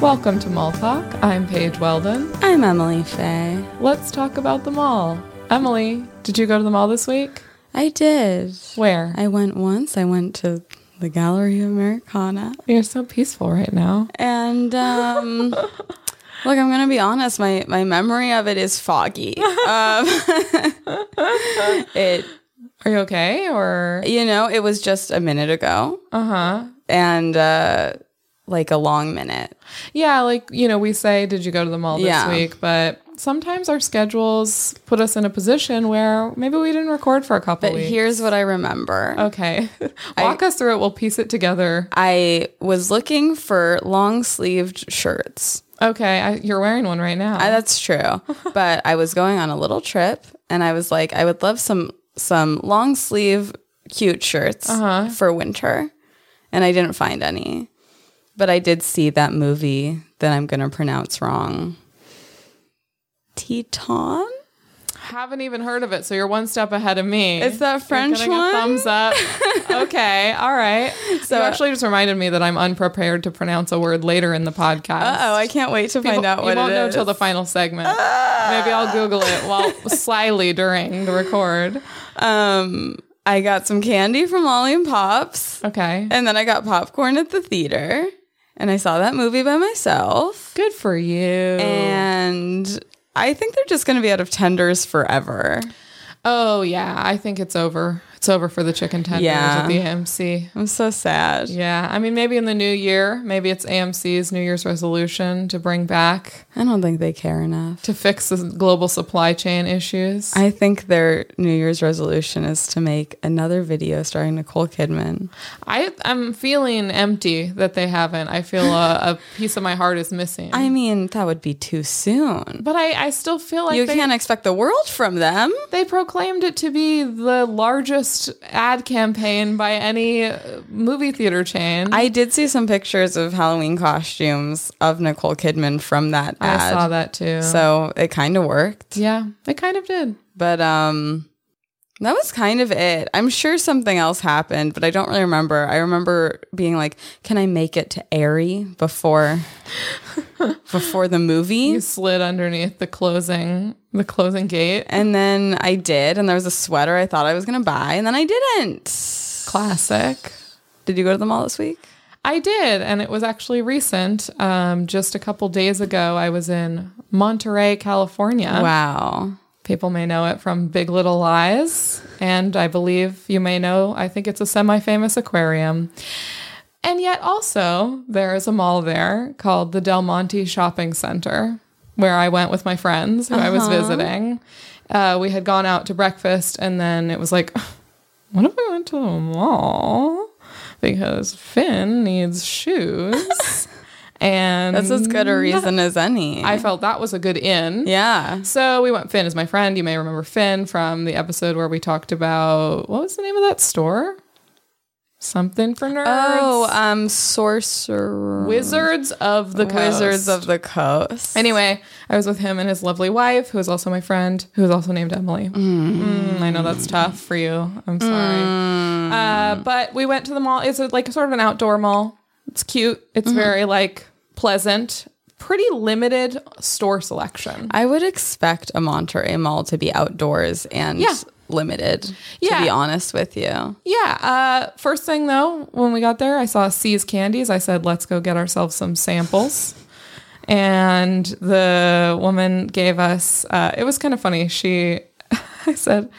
Welcome to Mall Talk. I'm Paige Weldon. I'm Emily Faye. Let's talk about the mall. Emily, did you go to the mall this week? I did. Where? I went once. I went to the Gallery of Americana, You're so peaceful right now. and um, look, I'm gonna be honest. My my memory of it is foggy. Um, it Are you okay? Or you know it was just a minute ago, uh huh. and uh, like a long minute. Yeah, like you know, we say, "Did you go to the mall this Yeah. week?" But sometimes our schedules put us in a position where maybe we didn't record for a couple But weeks. here's what I remember. okay, walk us through it. We'll piece it together. I was looking for long sleeved shirts. Okay, I, you're wearing one right now. I, Uh, that's true. but I was going on a little trip and I was like, I would love some some long sleeve cute shirts Uh-huh. for winter. And I didn't find any. But I did see that movie that I'm gonna pronounce wrong. Teton? haven't even heard of it, so you're one step ahead of me. Is that French Getting a one? thumbs up. okay, all right. So So- you actually just reminded me that I'm unprepared to pronounce a word later in the podcast. Uh oh, I can't wait to find out what you won't it know is. Ah! till the final segment. Maybe I'll Google it while slyly during the record. um I got some candy from Lolly and Pops. Okay. And then I got popcorn at the theater. And I saw that movie by myself. Good for you. and I think they're just going to be out of tenders forever. oh yeah, I think it's over. It's over for the chicken tenders Yeah. at the AMC. I'm so sad. Yeah, I mean maybe in the new year, maybe it's AMC's New Year's resolution to bring back I don't think they care enough. to fix the global supply chain issues. I think their New Year's resolution is to make another video starring Nicole Kidman. I I'm feeling empty that they haven't. I feel a, a piece of my heart is missing. I mean, that would be too soon. but I, I still feel like You they, can't expect the world from them. they proclaimed it to be the largest ad campaign by any uh, movie theater chain. I did see some pictures of Halloween costumes of Nicole Kidman from that I ad. saw that too. So it kind of worked. yeah, it kind of did. But um that was kind of it. I'm sure something else happened, but I don't really remember. I remember being like, "Can I make it to Aerie before before the movie?" You slid underneath the closing the closing gate. And then I did, and there was a sweater I thought I was going to buy, and then I didn't. Classic. Did you go to the mall this week? I did, and it was actually recent. Um, just a couple days ago, I was in Monterey, California. Wow. People may know it from Big Little Lies, and I believe you may know, I think it's a semi famous aquarium. And yet, also, there is a mall there called the Del Monte Shopping Center, where I went with my friends who I was visiting. Uh, we had gone out to breakfast, and then it was like, what if we went to the mall? Because Finn needs shoes. and That's as good a reason as any. I felt that was a good in. yeah. So we went. Finn is my friend. You may remember Finn from the episode where we talked about what was the name of that store? Something for nerds. Oh, um sorcerer Wizards of the Coast. Wizards of the Coast. Anyway, I was with him and his lovely wife, who is also my friend, who is also named Emily. Mm, I know that's tough for you. I'm sorry. Mm. Uh, but we went to the mall. It's a, like sort of an outdoor mall. It's cute. It's Mm-hmm. very like pleasant. Pretty limited store selection. I would expect a Monterey Mall to be outdoors and Yeah. limited, Yeah. to be honest with you. Yeah. Uh, first thing though, when we got there, I saw C's Candies. I said, let's go get ourselves some samples. And the woman gave us, uh, it was kind of funny. She, I said,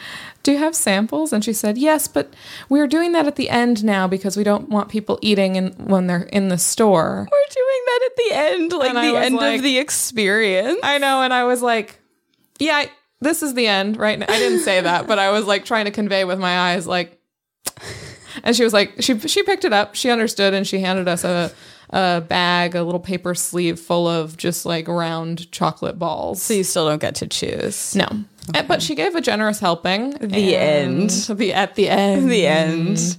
do you have samples? And she said, yes, but we're doing that at the end now because we don't want people eating in, when they're in the store. We're doing that at the end, like And I the was end like- of the experience. I know. And I was like, yeah, I- this is the end, right? now. I didn't say that, but I was like trying to convey with my eyes, like, and she was like, she, she picked it up. She understood and she handed us a, a bag, a little paper sleeve full of just like round chocolate balls. So you still don't get to choose. No. Uh, But she gave a generous helping. The and- The at the end. The end.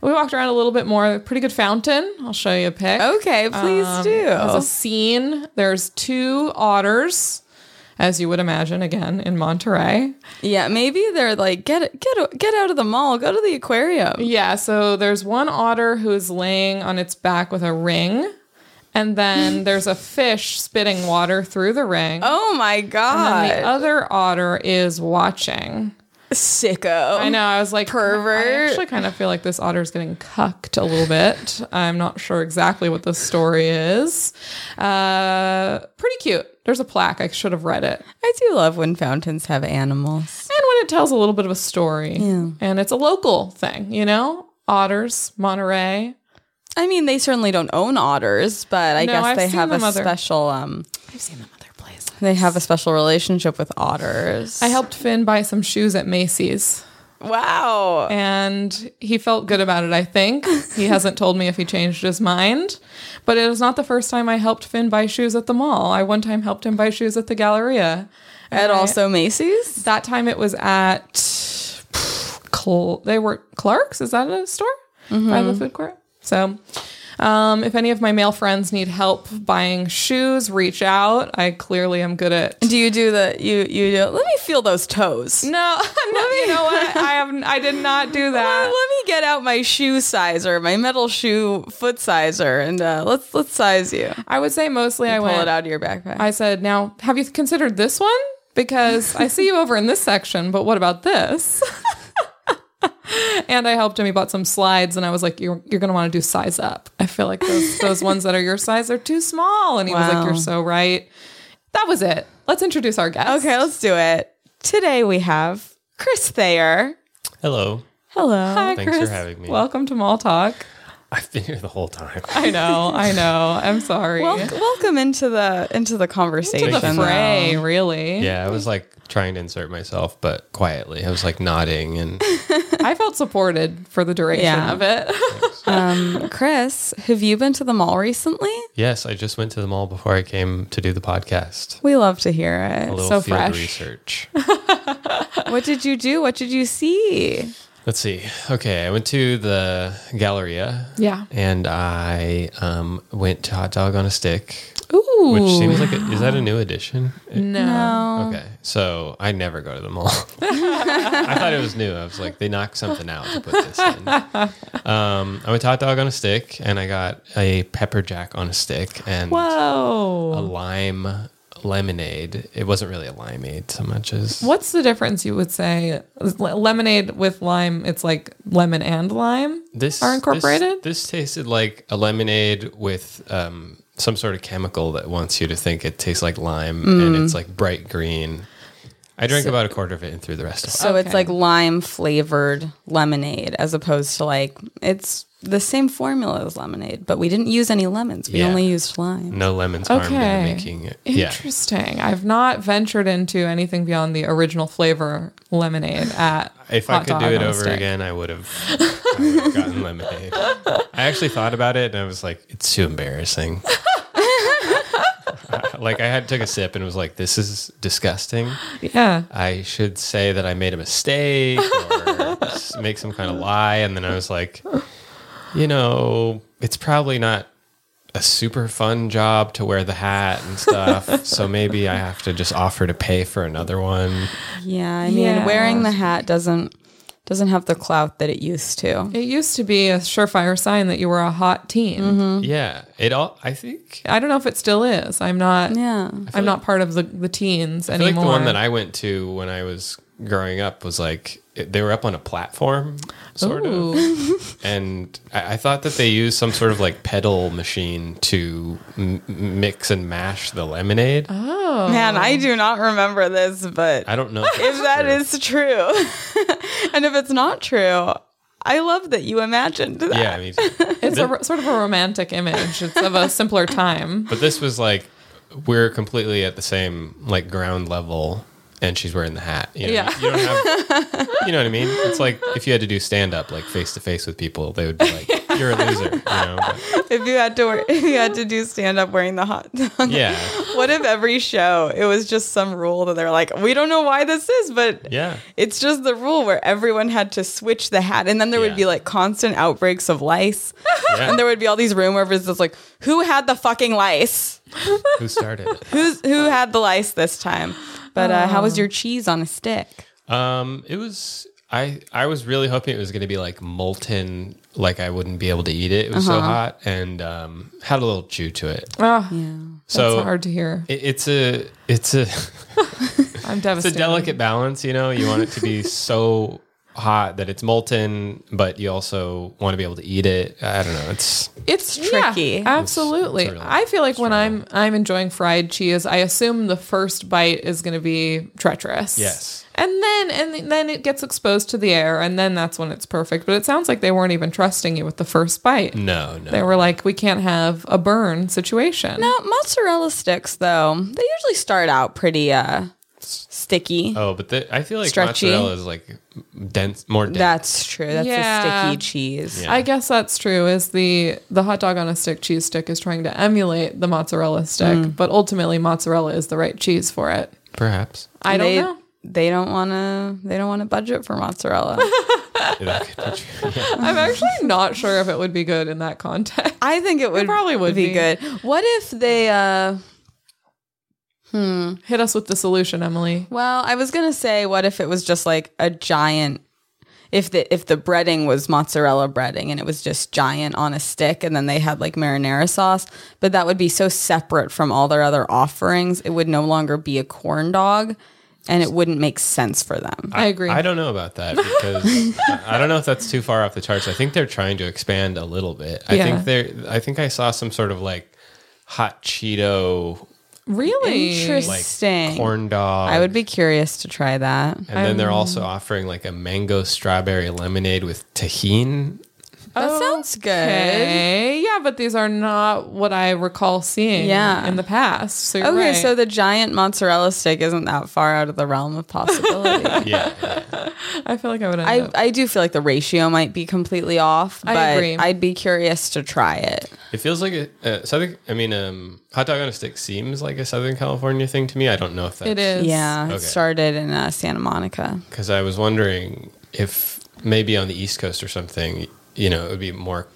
We walked around a little bit more. Pretty good fountain. I'll show you a pic. Okay, please Um, There's a do. scene. There's two otters, as you would imagine, again in Monterey. Yeah, maybe they're like, get get get out of the mall, go to the aquarium. Yeah, so there's one otter who's laying on its back with a ring, And then there's a fish spitting water through the ring. Oh my And the god, other otter is watching. sicko! I know. I was like, I Pervert. actually kind of feel like this otter's getting cucked a little bit. I'm not sure exactly what the story is. Uh, pretty cute. There's a plaque. I should have read it. I do love when fountains have animals. And when it tells a little bit of a story, Yeah. and it's a local thing, you know, otters, Monterey. I mean, they certainly don't own otters, but I No, guess I've they seen have a them other- special um I've seen them other places. they have a special relationship with otters. I helped Finn buy some shoes at Macy's, wow. and he felt good about it. I think he hasn't told me if he changed his mind, but it was not the first time I helped Finn buy shoes at the mall. I one time helped him buy shoes at the Galleria. At I- also Macy's? That time it was at Cl- they were Clark's. Is that a store by Mm-hmm. the food court? So, um, if any of my male friends need help buying shoes, reach out. I clearly am good at. Do you do the you you do, let me feel those toes. No, no, you know what? I have I did not do Uh, let that. me get out my shoe sizer, my metal shoe foot sizer, and uh, let's let's size you. I would say mostly I Pull went. it out of your backpack. I said, "Now, have you considered this one? Because I see you over in this section, but what about this?" and I helped him. He bought some slides, and I was like, "You're you're gonna want to do size up. I feel like those those ones that are your size are too small." And he was like, Wow. "You're so right." That was it. Let's introduce our guest. okay, let's do it. Today we have Chris Thayer. Hello. Hello. Hi, Thanks for Chris. having me. Welcome to Mall Talk. I've been here the whole time. I know, I know. I'm sorry. Wel- welcome into the into the conversation. to the fray, really. Yeah, I was like trying to insert myself, but quietly. I was like nodding and I felt supported for the duration Yeah. of it. Um, Chris, have you been to the mall recently? yes, I just went to the mall before I came to do the podcast. We love to hear A it. little So field fresh. research. What did you do? What did you see? Let's see. Okay, I went to the Galleria. Yeah. And I um, went to Hot Dog on a Stick, Ooh. which seems like a, is that a new edition? no. Okay, so I never go to the mall. I thought it was new. I was like, they knocked something out to put this in. Um, I went to hot dog on a stick, and I got a pepper jack on a stick and Whoa. a lime lemonade. It wasn't really a limeade so much as What's the difference you would say? Le- Lemonade with lime, it's like lemon and lime. this are incorporated? This, this tasted like a lemonade with um, some sort of chemical that wants you to think it tastes like lime, and Mm. it's like bright green. I drank about a quarter of it and threw the rest of it. So it's Okay. like lime flavored lemonade as opposed to like it's the same formula as lemonade, but we didn't use any lemons. We Yeah. only used lime. No lemons harmed in Okay. the making it. Yeah. Interesting. I've not ventured into anything beyond the original flavor lemonade at If Hot I could Dog do it on a over Stick. again, I would have I would have gotten lemonade. I actually thought about it and I was like, it's too embarrassing. I- like I had took a sip and was like, this is disgusting. Yeah. I should say that I made a mistake or s- make some kind of lie. And then I was like, you know, it's probably not a super fun job to wear the hat and stuff. so maybe I have to just offer to pay for another one. Yeah, I mean Yeah. wearing the hat doesn't doesn't have the clout that it used to. It used to be a surefire sign that you were a hot teen. Mm-hmm. Yeah. It all I think I don't know if it still is. I'm not. Yeah. I'm not part of the, the teens I feel anymore. like the one that I went to when I was growing up was like it- they were up on a platform, sort of, Ooh. and I, I thought that they used some sort of like pedal machine to m- mix and mash the lemonade. Uh-huh. Man, I do not remember this, but I don't know if, if Oh. that is true, and if it's not true, I love that you imagined that. yeah, I mean, It's a ro- sort of a romantic image. It's of a simpler time. but this was like we're completely at the same like ground level. And she's wearing the hat. You know, Yeah. You don't have, you know what I mean? It's like if you had to do stand up, like face to face with people, they would be like, you're a loser, you know? But, If you had to, wear, if you had to do stand up wearing the hot dog, yeah. What if every show it was just some rule that they're like, we don't know why this is, but Yeah. it's just the rule where everyone had to switch the hat, and then there Yeah. would be like constant outbreaks of lice, Yeah. and there would be all these rumors that's like, who had the fucking lice? Who started? it? Who's who Oh. had the lice this time? But uh, how was your cheese on a stick? Um, it was. I I was really hoping it was going to be like molten, like I wouldn't be able to eat it. It was so Uh-huh. hot, and um, had a little chew to it. Oh, so it's hard to hear. it- it's a it's a I'm it's a devastated. delicate balance. You know, you want it to be so hot that it's molten, but you also want to be able to eat it. I don't know. It's It's tricky. Yeah, absolutely. It's- it's really I feel like when I'm I'm enjoying fried cheese, I assume the first bite is going to be treacherous. Yes. And then and then it gets exposed to the air and then that's when it's perfect. But it sounds like they weren't even trusting you with the first bite. no no. They were like we can't have a burn situation. Now, Uh, mozzarella sticks, though, they usually start out pretty uh, sticky. Oh, but the, I feel like Stretchy. mozzarella is like dense, more dense. That's true. That's Yeah. a sticky cheese. Yeah. I guess that's true. Is the the hot dog on a stick cheese stick is trying to emulate the mozzarella stick, Mm. but ultimately mozzarella is the right cheese for it. perhaps. I don't they, know. They don't want to. They don't want to budget for mozzarella. Yeah, that could be true. I'm actually not sure if it would be good in that context. I think it would probably would be, be. good. What if they? uh Hit us with the solution, Emily. Well, I was gonna say, what if it was just like a giant? If the if the breading was mozzarella breading and it was just giant on a stick, and then they had like marinara sauce, but that would be so separate from all their other offerings, it would no longer be a corn dog, and it wouldn't make sense for them. I agree. I don't know about that because I I don't know if that's too far off the charts. I think they're trying to expand a little bit. I Yeah. think they're. I think I saw some sort of like hot Cheeto really? like Interesting. corn dog. I would be curious to try that. And then they're also offering like a mango strawberry lemonade with tahine. That sounds good. Okay. Yeah, but these are not what I recall seeing Yeah. in the past. So you're Okay, right. so the giant mozzarella stick isn't that far out of the realm of possibility. Yeah, yeah. I feel like I would end I, up. I do feel like the ratio might be completely off, I but agree. I'd be curious to try it. it feels like a, a southern. I mean, um, hot dog on a stick seems like a Southern California thing to me. I don't know if that's It is. Yeah, Okay. it started in uh, Santa Monica. because I was wondering if maybe on the East Coast or something, you know, it would be more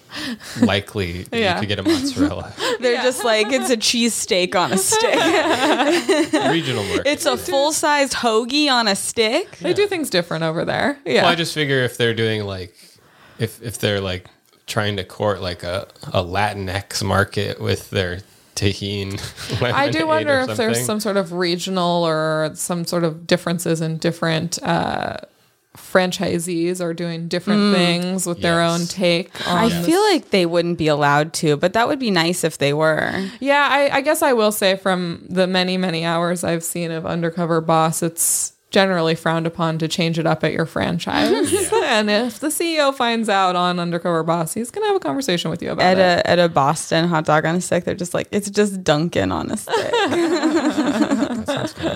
likely that Yeah. you could get a mozzarella They're just like, it's a cheesesteak on a stick. regional market. it's a full sized hoagie on a stick. They do things different over there. Yeah. Well, I just figure if they're doing like, if if they're like trying to court like a a Latinx market with their tahine. I lemonade do or wonder if there's something. some sort of regional or some sort of differences in different uh, franchisees are doing different things with their Yes. own take on. Mm. I feel like they wouldn't be allowed to, but that would be nice if they were. yeah, I, I guess I will say from the many many hours I've seen of Undercover Boss, it's generally frowned upon to change it up at your franchise. and if the CEO finds out on Undercover Boss, he's gonna have a conversation with you about At it. a at a Boston hot dog on a stick, they're just like, it's just Dunkin' on a stick. Sounds kinda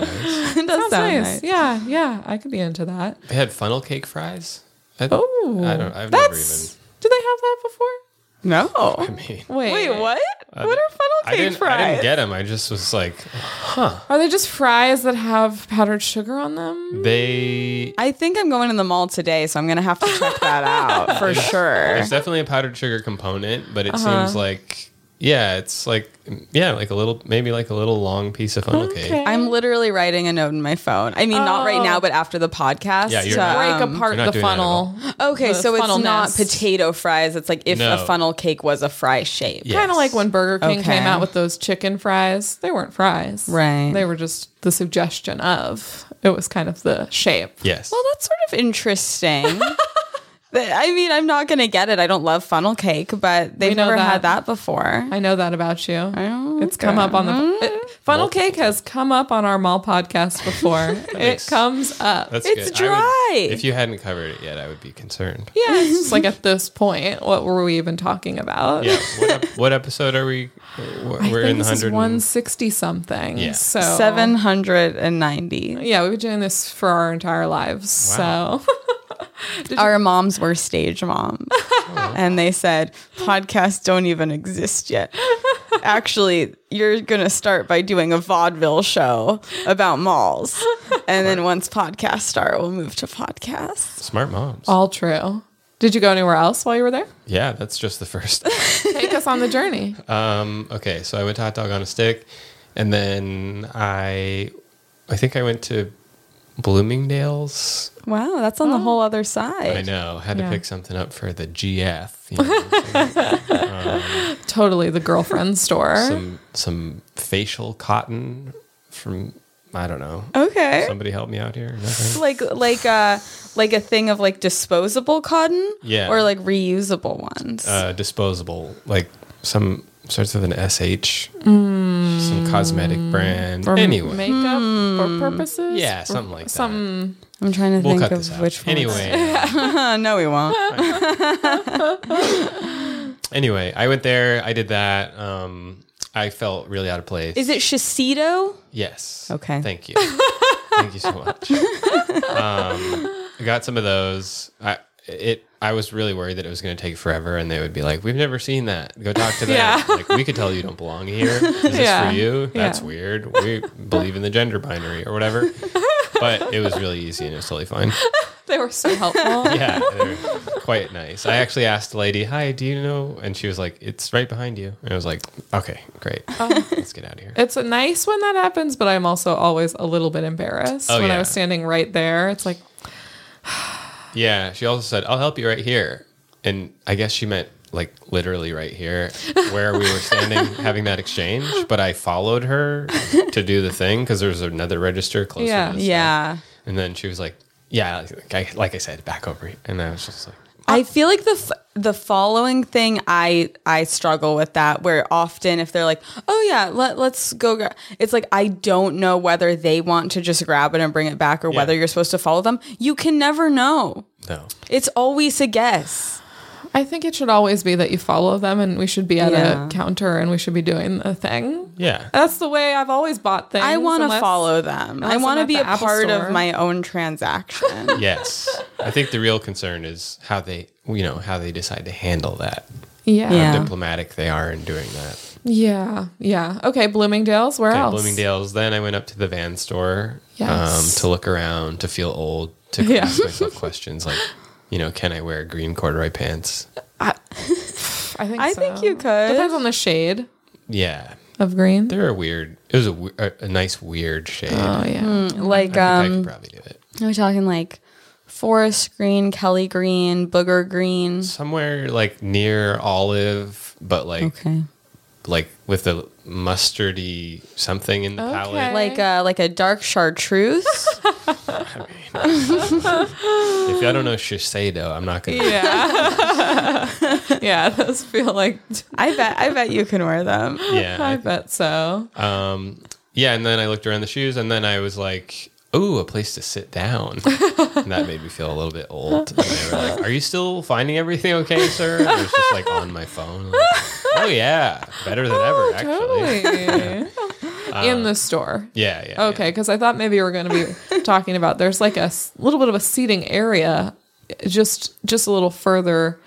nice. it does That's sound nice. nice. Yeah, yeah, I could be into that. They had funnel cake fries. I, Oh, I don't. I've that's. Did they have that before? No. never even. I mean, Wait, Wait, what? I what di- are funnel I cake didn't, fries? I didn't get them. I just was like, Are they just fries that have powdered sugar on them? they. I think I'm going in the mall today, so I'm gonna have to check that out for sure. There's definitely a powdered sugar component, but it Uh-huh. seems like, yeah, it's like, yeah, like a little, maybe like a little long piece of funnel cake. I'm literally writing a note in my phone. I mean, not right now, but after the podcast. Yeah, you're to, not- Oh. break um, apart They're the not doing that at funnel. Okay, the so it's funnel not nest. potato fries. It's like if No. a funnel cake was a fry shape. Yeah. Kind of like when Burger King Okay. came out with those chicken fries. They weren't fries. Right. They were just the suggestion of. It was kind of the shape. Yes. Well, that's sort of interesting. That- I mean, I'm not gonna get it. I don't love funnel cake, but they've know never that. had that before. I know that about you. Oh, don't It's come up on the it, funnel Multiple cake has come up on our mall podcast before. it makes- comes up. That's It's good. I would- dry. if you hadn't covered it yet, I would be concerned. yeah, it's just like at this point, what were we even talking about? Yeah. What, ep- what episode are we? We're I we're think in the this is hundred. 160 something. Yeah. So 790. Yeah, we've been doing this for our entire lives. Wow. So our moms were stage moms and they said podcasts don't even exist yet actually you're gonna start by doing a vaudeville show about malls and then once podcasts start we'll move to podcasts Smart moms. all true. Did you go anywhere else while you were there? Yeah, that's just the first. Take us on the journey. Um, okay, so I went to hot dog on a stick, and then I, I think I went to Bloomingdale's. Wow, that's on the whole other side. Oh. I know. Had to Yeah. pick something up for the GF. You know, what I'm saying? Totally the girlfriend store. some some facial cotton from I don't know. Okay. Somebody help me out here. Nothing? like like uh like a thing of like disposable cotton Yeah. or like reusable ones Uh, disposable, like some starts with an SH, Mm. some cosmetic brand. for anyway, makeup Hmm. for purposes. yeah, something like that. Some i'm trying to We'll think cut this of out. which one anyway, no we won't anyway, I went there. I did that. Um, I felt really out of place. is it Shiseido? Yes. Okay. Thank you. Thank you so much. Um, I got some of those. I it I was really worried that it was going to take forever, and they would be like, "We've never seen that. Go talk to them. Yeah. Like we could tell you don't belong here. Is this Yeah. for you? That's Yeah. weird. We believe in the gender binary or whatever." But it was really easy and it was totally fine. they were so helpful. Yeah, they're quite nice. I actually asked the lady, "Hi, do you know?" And she was like, "It's right behind you." And I was like, "Okay, great. Oh. Let's get out of here." It's nice when that happens, but I'm also always a little bit embarrassed Oh, when yeah. I was standing right there. It's like, Yeah, she also said, "I'll help you right here," and I guess she meant like literally right here, where we were standing having that exchange. But I followed her to do the thing because there's another register closer. Yeah. to this yeah stuff. and then she was like, "Yeah, like I, like I said, back over," here. and I was just like, I feel like the f- the following thing I I struggle with that where often if they're like oh yeah let let's go gra-, it's like I don't know whether they want to just grab it and bring it back or Yeah. whether you're supposed to follow them you can never know "No." it's always a guess I think it should always be that you follow them and we should be at Yeah. a counter and we should be doing the thing. Yeah, That's the way I've always bought things. I want to unless- follow them I unless want I'm at to be the a Apple part store. of my own transaction yes. I think the real concern is how they, you know, how they decide to handle that, Yeah. Yeah. Yeah. how diplomatic they are in doing that. Yeah. Okay. Bloomingdale's. Where Yeah, else? Bloomingdale's. Then I went up to the van store Yes. um, to look around, to feel old, to Yeah. ask myself questions like, you know, can I wear green corduroy pants? I think I so. think you could. Depends on the shade Yeah, of green. they're a weird. It was a, we- a, a nice weird shade. Oh yeah. Hmm. like I um could probably do it are we talking like forest green kelly green booger green somewhere like near olive, but like okay like with the mustardy something in the palette. like uh like a dark chartreuse If I don't know Shiseido, I'm not gonna. Yeah. yeah, those feel like i bet i bet you can wear them Yeah, I I bet so. Um, yeah, and then I looked around the shoes, and then I was like, "Ooh, a place to sit down." and that made me feel a little bit old. And they were like, "Are you still finding everything okay, sir?" And I was just like on my phone. like, oh yeah, better than ever, actually. Oh, Totally. In the store. Yeah, yeah. Okay, because I thought maybe we were going to be talking about there's like a s- little bit of a seating area, just just a little further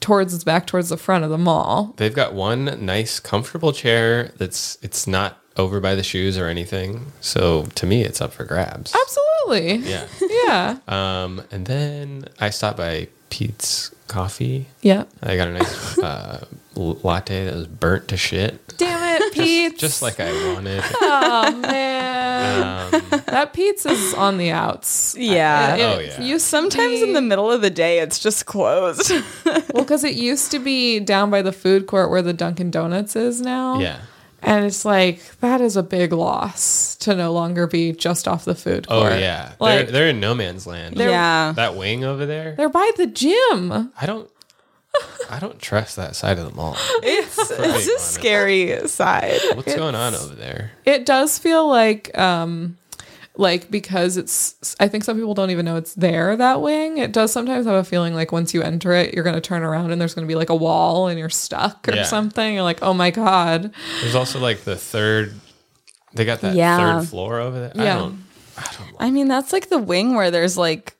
towards back towards the front of the mall. They've got one nice, comfortable chair that's it's not over by the shoes or anything. So to me, it's up for grabs. Absolutely. Yeah. Yeah. Um, and then I stopped by Pete's Coffee. Yeah. I got a nice uh, l- latte that was burnt to shit. Damn it, Pete. just like I wanted. oh man, that pizza's on the outs. yeah It- Um, Oh, it yeah. used to sometimes in be- the middle of the day it's just closed Well, because it used to be down by the food court where the Dunkin' Donuts is now. yeah. And it's like, that is a big loss to no longer be just off the food Oh court. yeah. Like, they're they're, they're in no man's land. They're- yeah that wing over there. by the gym. I don't. I don't trust that side of the mall. it's it's a honest. scary side What's going on over there? It does feel like, um, like because it's, I think some people don't even know it's there, that wing. It does sometimes have a feeling like once you enter it, you're going to turn around and there's going to be like a wall and you're stuck or Yeah. something. You're like, oh my God. There's also like the third. They got that Yeah. third floor over there. I Yeah. don't. I don't. i mean that's like the wing where there's like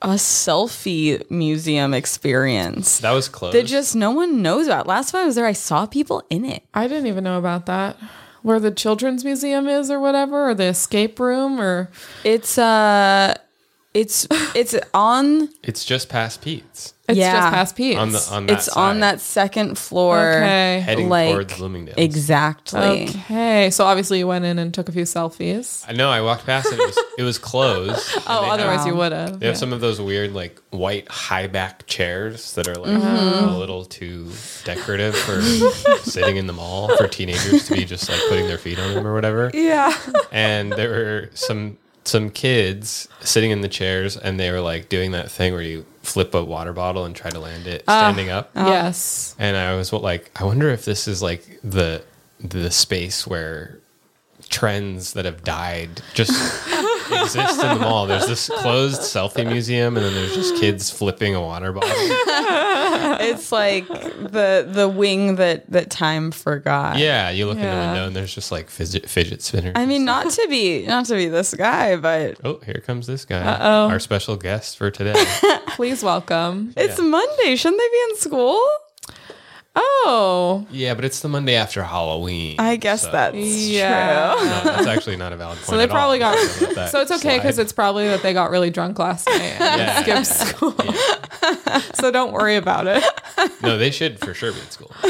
a selfie museum experience That was close. that just no one knows about. Last time I was there, I saw people in it. I didn't even know about that. Where the children's museum is, or whatever, or the escape room, or It's uh It's it's on It's just past Pete's It's Yeah. just past Pete's. on the on that it's on side, that second floor. okay. heading like, towards Bloomingdale's. Exactly. Okay. So obviously you went in and took a few selfies. I know. I walked past it. It was, it was closed. and Oh, they otherwise have, you would have. they have some of those weird like white high back chairs that are like a little too decorative for sitting in the mall for teenagers to be just like putting their feet on them or whatever. yeah. and there were some some kids sitting in the chairs and they were like doing that thing where you flip a water bottle and try to land it standing up Oh. Yes. and i was like i wonder if this is like the the space where trends that have died just exist in the mall there's this closed selfie museum and then there's just kids flipping a water bottle It's like the the wing that that time forgot. yeah you look in the Yeah. window and there's just like fidget fidget spinners I mean, not to be not to be this guy, but oh here comes this guy Uh-oh. our special guest for today Please welcome. it's Monday. Shouldn't they be in school? Oh. Yeah, but it's the Monday after Halloween. I guess so- that's Yeah. true. No, that's actually not a valid point. So they at all. probably got. I'm gonna let that So it's okay because slide. it's probably that they got really drunk last night and Yeah. skipped school. so don't worry about it. no. They should for sure be in school.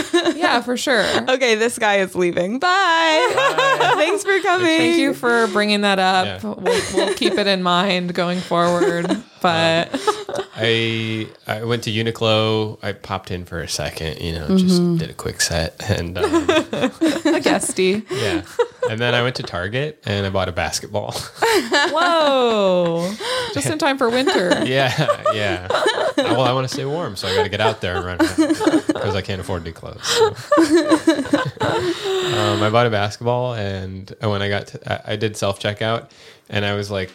Yeah, for sure. Okay, this guy is leaving. Bye. Thanks for coming. Thank you for bringing that up. Yeah. We'll, we'll keep it in mind going forward. But I I went to Uniqlo. I popped in for a second. You know, just did a quick set, and um, a guestie. yeah, and then I went to Target and I bought a basketball. Whoa. Just in time for winter. yeah, yeah. Well, I want to stay warm, so I got to get out there and run because I can't afford new clothes. so. um, I bought a basketball, and uh, when I got, to, I, I did self checkout, and I was like,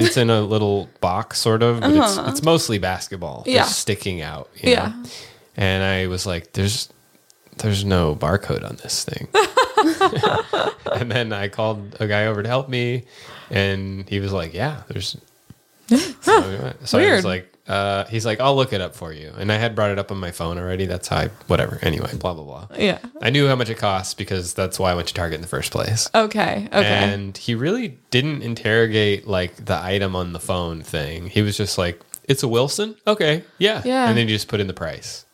it's in a little box, sort of, but it's it's mostly basketball, Uh-huh. Yeah. just sticking out. you Yeah. know? And I was like, there's there's no barcode on this thing. and then I called a guy over to help me, and he was like, "Yeah, there's." So, so I Weird. was like, uh, "He's like, I'll look it up for you." And I had brought it up on my phone already. That's how I, whatever. Anyway, blah blah blah. Yeah. I knew how much it costs because that's why I went to Target in the first place. Okay. Okay. And he really didn't interrogate like the item on the phone thing. He was just like, "It's a Wilson, okay, yeah," Yeah. and then you just put in the price.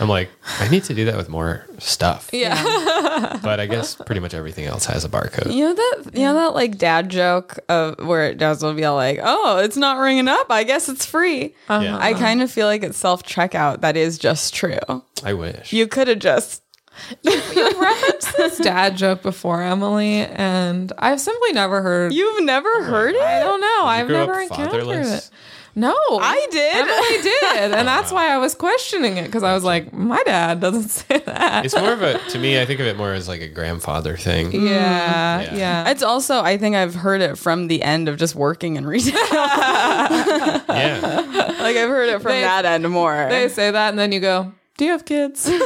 I'm like, I need to do that with more stuff, yeah. but I guess pretty much everything else has a barcode. You know that you know that like dad joke of where dads will be all like, "Oh, it's not ringing up. I guess it's free." Yeah. I kind of feel like it's self checkout. That is just true. I wish. You could have just referenced this dad joke before, Emily, and I've simply never heard. you've never heard it. I don't know. I've grew up never encountered fatherless? it. No, I did. Emily did, and that's why I was questioning it because I was like, my dad doesn't say that. it's more of a to me. I think of it more as like a grandfather thing. yeah, Yeah. yeah, It's also I think I've heard it from the end of just working in retail. like Yeah, I've heard it from They- that end more. They say that, and then you go, "Do you have kids?" two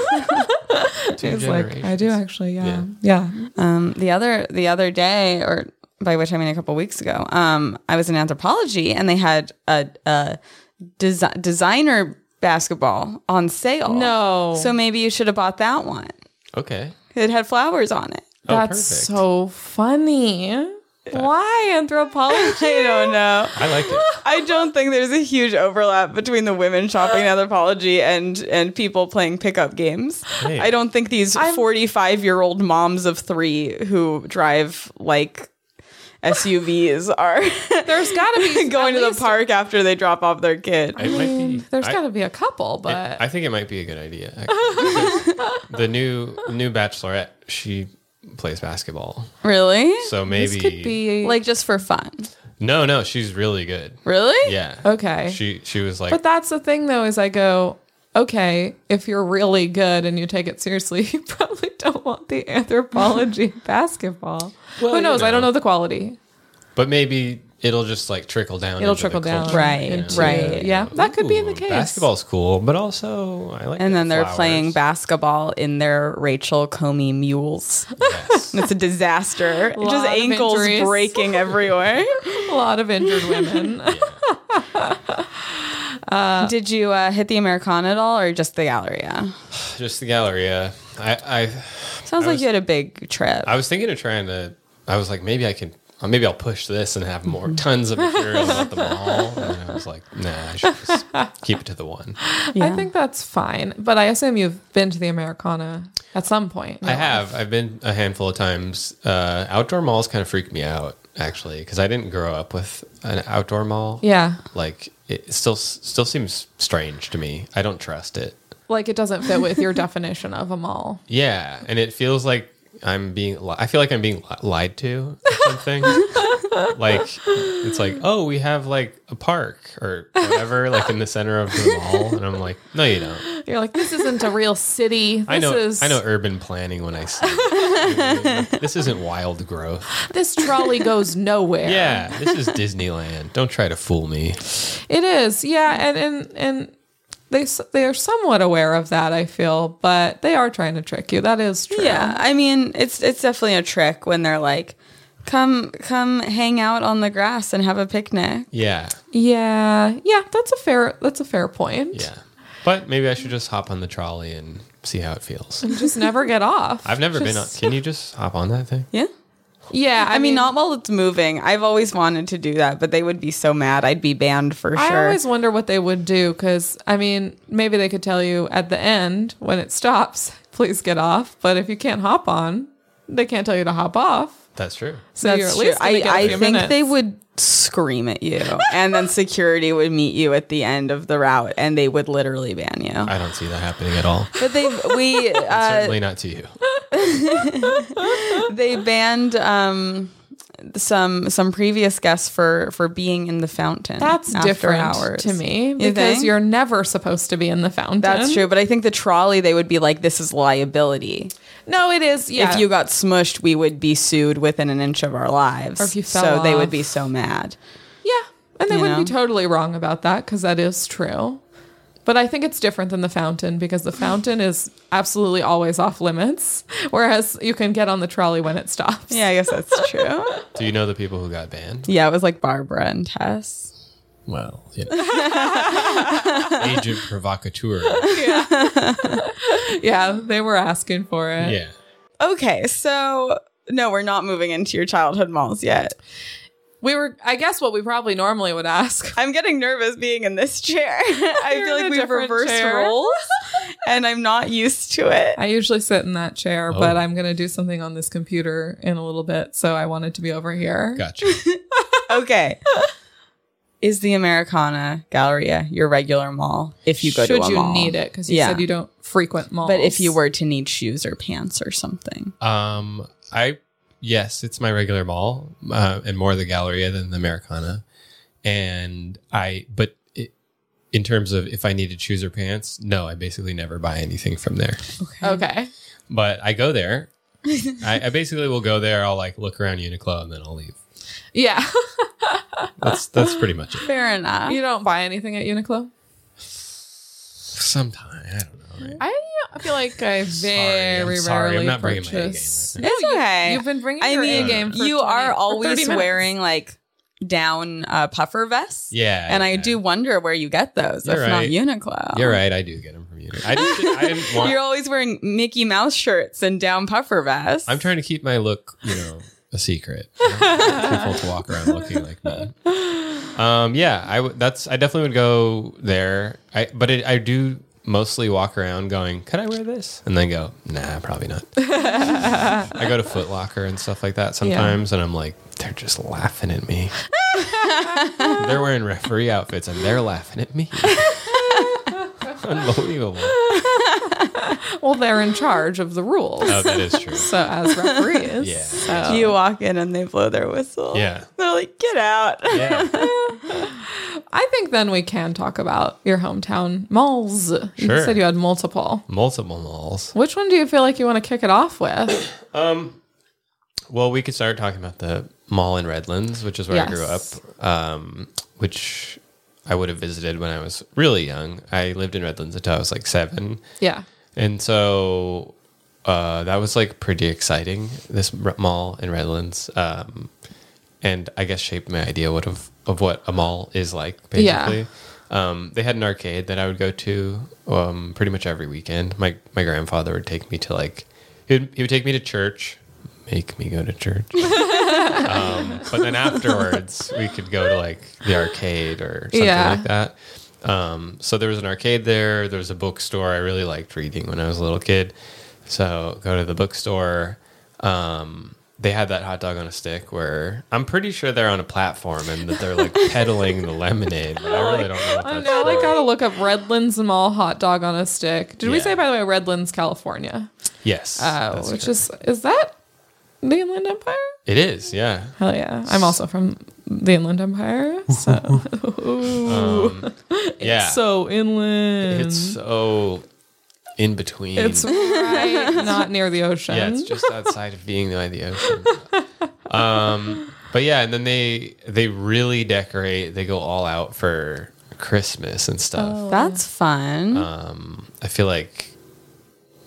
It's like, "I do actually." Yeah, yeah. Oh, Um, the other the other day, or by which I mean a couple weeks ago, um, I was in anthropology and they had a, a desi- designer basketball on sale. No. so maybe you should have bought that one. Okay. It had flowers on it. Oh, That's perfect. so funny. Why anthropology? I don't know. I liked it. I don't think there's a huge overlap between the women shopping in anthropology and and people playing pickup games. Hey. I don't think these 45 year old moms of three who drive like SUVs are There's got to be at going to the least- park after they drop off their kid. It might be. There's I- got to be a couple, but I think it might be a good idea. actually, because the new new bachelorette, she plays basketball, Really? so this maybe could be Like just for fun. no, no, she's really good. Really? Yeah. Okay. She she was like, But that's the thing, though, is I go, okay, if you're really good and you take it seriously, you probably don't want the anthropology basketball. Well, Who you knows? I don't know. know the quality. but maybe it'll just like trickle down. It'll into the trickle down. culture, Right, you know? into- right. Yeah. That could be Ooh, the case. Basketball's cool, but also I like. And the then they're flowers. playing basketball in their Rachel Comey mules. Yes. It's a disaster. Lot just of ankles injuries. breaking everywhere. A lot of injured women. Did you uh, hit the Americana at all or just the Galleria? just the Galleria. I I Sounds like was- you had a big trip. I was thinking of trying to. I was like, maybe I can oh, maybe I'll push this and have more tons of material at the mall. And I was like, nah, I should just keep it to the one. I think that's fine. But I assume you've been to the Americana at some point. I have. I've been a handful of times. Uh, outdoor malls kind of freak me out actually because I didn't grow up with an outdoor mall. Yeah. Like it still still seems strange to me. I don't trust it. Like it doesn't fit with your definition of a mall. Yeah, and it feels like I'm being. Li- I feel like I'm being li- lied to or something. like it's like, oh, we have like a park or whatever, like in the center of the mall, and I'm like, no, you don't. You're like, this isn't a real city. This I know. is I know urban planning when I see. it. this isn't wild growth. this trolley goes nowhere. Yeah, this is Disneyland. Don't try to fool me. It is, yeah, and and and they s- they are somewhat aware of that. I feel, but they are trying to trick you. That is true. Yeah, I mean, it's it's definitely a trick when they're like, "Come, come, hang out on the grass and have a picnic." Yeah, yeah, yeah. That's a fair. That's a fair point. yeah. But maybe I should just hop on the trolley and see how it feels. Just never get off. I've never been on. Just- Can you just hop on that thing? Yeah, Yeah, I, mean, not while it's moving. I've always wanted to do that, but they would be so mad. I'd be banned for I sure. always wonder what they would do because I mean, maybe they could tell you at the end when it stops, please get off. But if you can't hop on, they can't tell you to hop off. That's true. So you're at true. least gonna I, get a I few think they minutes. would scream at you, and then security would meet you at the end of the route, and they would literally ban you. I don't see that happening at all. But they we uh, Certainly not to you. they banned um, some some previous guests for for being in the fountain. That's after different hours. to me You because think? you're never supposed to be in the fountain. That's true, but I think the trolley they would be like, "This is liability. No, it is. Yeah. If you got smushed, we would be sued within an inch of our lives." Or if you fell so they off. would be so mad. yeah. And they You would be know? totally wrong about that because that is true. But I think it's different than the fountain because the fountain is absolutely always off limits, whereas you can get on the trolley when it stops. Yeah, I guess that's true. Do you know the people who got banned? yeah, it was like Barbara and Tess. Well, you know. agent provocateur. Yeah, they were asking for it. Yeah. Okay, so no, we're not moving into your childhood malls yet. We were, I guess, what we probably normally would ask. I'm getting nervous being in this chair. I You're feel in a like we've different reversed chair. roles, and I'm not used to it. I usually sit in that chair, Oh. but I'm going to do something on this computer in a little bit. So I wanted to be over here. Gotcha. Okay. Is the Americana Galleria your regular mall if you go Should to a you mall? need it? Because you Yeah. said you don't frequent malls. But if you were to need shoes or pants or something. Um, I yes, it's my regular mall, uh, and more the Galleria than the Americana. And I, but it, in terms of if I needed shoes or pants, no, I basically never buy anything from there. Okay. Okay. But I go there. I, I basically will go there. I'll like look around Uniqlo and then I'll leave. Yeah. That's that's pretty much it. Fair enough. you don't buy anything at Uniqlo? Sometime I don't know. Right? I I feel like I very I'm rarely sorry, I'm not bringing my A game, I purchase. think. No, It's you- okay. You've been bringing I your mean, A game. For you 20 are or 30 always minutes. wearing like down uh, puffer vests. Yeah, And I yeah. do wonder where you get those, You're if not right. Uniqlo. You're right. I do get them from Uniqlo. I, just, I didn't want. Um, You're always wearing Mickey Mouse shirts and down puffer vests. I'm trying to keep my look, you know, a secret. I don't want people to walk around looking like me. Um, yeah, I w- that's I definitely would go there. I but it, I do mostly walk around going, "Could I wear this?" and then go, "Nah, probably not." I go to Foot Locker and stuff like that sometimes, and I'm like, they're just laughing at me. they're wearing referee outfits and they're laughing at me. Unbelievable. Well, they're in charge of the rules. Oh, that is true. So as referees. Yeah. So. Oh. you walk in and they blow their whistle. Yeah. They're like, get out. Oh, Yeah. I think then we can talk about your hometown malls. You Sure. said you had multiple. Multiple malls. Which one do you feel like you want to kick it off with? Well, we could start talking about the mall in Redlands, which is where Yes. I grew up, um, which I would have visited when I was really young. I lived in Redlands until I was like seven. Yeah. And so uh, that was like pretty exciting, this r- mall in Redlands. Um, and I guess shaped my idea what of, of what a mall is like, Yeah. basically. Um, they had an arcade that I would go to um, pretty much every weekend. My, my grandfather would take me to like, he would, he would take me to church make me go to church. um, but then afterwards, we could go to like the arcade or something Yeah. like that. Um, so there was an arcade there. There was a bookstore. I really liked reading when I was a little kid. So go to the bookstore. Um, they had that hot dog on a stick where I'm pretty sure they're on a platform and that they're like peddling the lemonade. But I really don't know what I that's know, like, for. gotta look up Redlands Mall hot dog on a stick. Did we Yeah. say, by the way, Redlands, California? Yes. Uh, that's which correct. is, is that the Inland Empire? It is, yeah. Hell yeah. I'm also from the Inland Empire. So, Yeah. so inland. it's so in between. It's right, not near the ocean. yeah, it's just outside of being by the ocean. Um, but yeah, and then they they really decorate. They go all out for Christmas and stuff. That's fun. Um, I feel like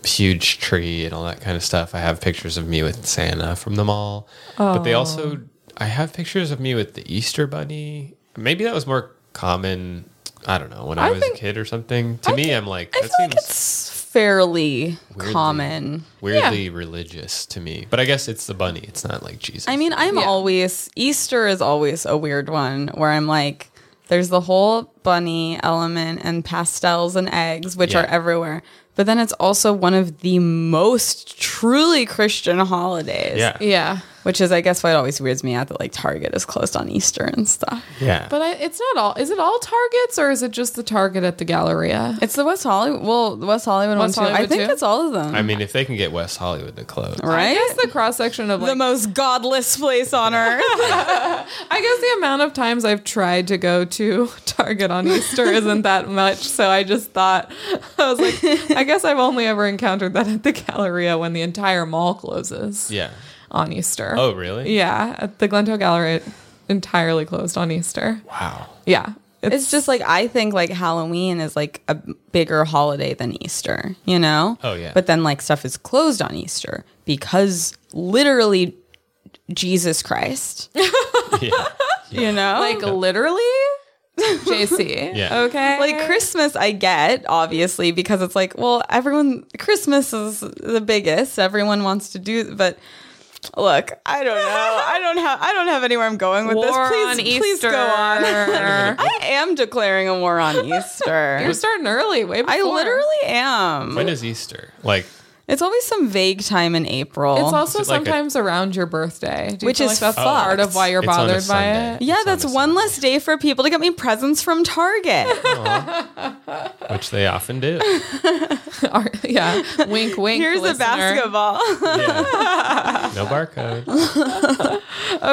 huge tree and all that kind of stuff. I have pictures of me with Santa from the mall, but they Oh. also I have pictures of me with the Easter bunny. Maybe that was more common. I don't know when I, I was think- a kid or something. To me, I'm like I that feel seems like it's fairly Weirdly. common. weirdly religious to me. But I guess it's the bunny. It's not like Jesus. I mean, I'm Yeah. always Easter is always a weird one where I'm like, there's the whole bunny element and pastels and eggs, which Yeah. are everywhere. But then it's also one of the most truly Christian holidays. yeah, Yeah. Which is I guess why it always weirds me out that like Target is closed on Easter and stuff. yeah. But I, it's not all. Is it all Targets or is it just the Target at the Galleria? It's the West Hollywood well, the West Hollywood West one too. Hollywood, I think too? it's all of them. I mean, if they can get West Hollywood to close, I right? guess the cross section of The like, most godless place on earth. I guess the amount of times I've tried to go to Target on Easter isn't that much. So I just thought, I was like, I guess I've only ever encountered that at the Galleria when the entire mall closes yeah. on Easter. Oh, really? Yeah. At the Glento Gallery, entirely closed on Easter. Wow. Yeah. It's, It's just like I think like Halloween is like a bigger holiday than Easter, you know? Oh, yeah. But then like stuff is closed on Easter because literally Jesus Christ, Yeah. you know? like literally JC. Yeah. Okay. like Christmas I get obviously because it's like, well, everyone Christmas is the biggest. Everyone wants to do but look, I don't know. I don't have I don't have anywhere I'm going with this. War Please on please go on. Easter. I am declaring a war on You're Easter. starting early. Way before. I literally am. When is Easter? Like, It's always some vague time in April. It's also Is it like a- Oh, sometimes around your birthday, Do you Which feel is like that's part fucked. of why you're It's on a bothered by Sunday. it. yeah, It's on that's a one Sunday. less day for people to get me presents from Target. which they often do. Are- yeah. Wink, wink. Here's a listener. basketball. Yeah. No barcode.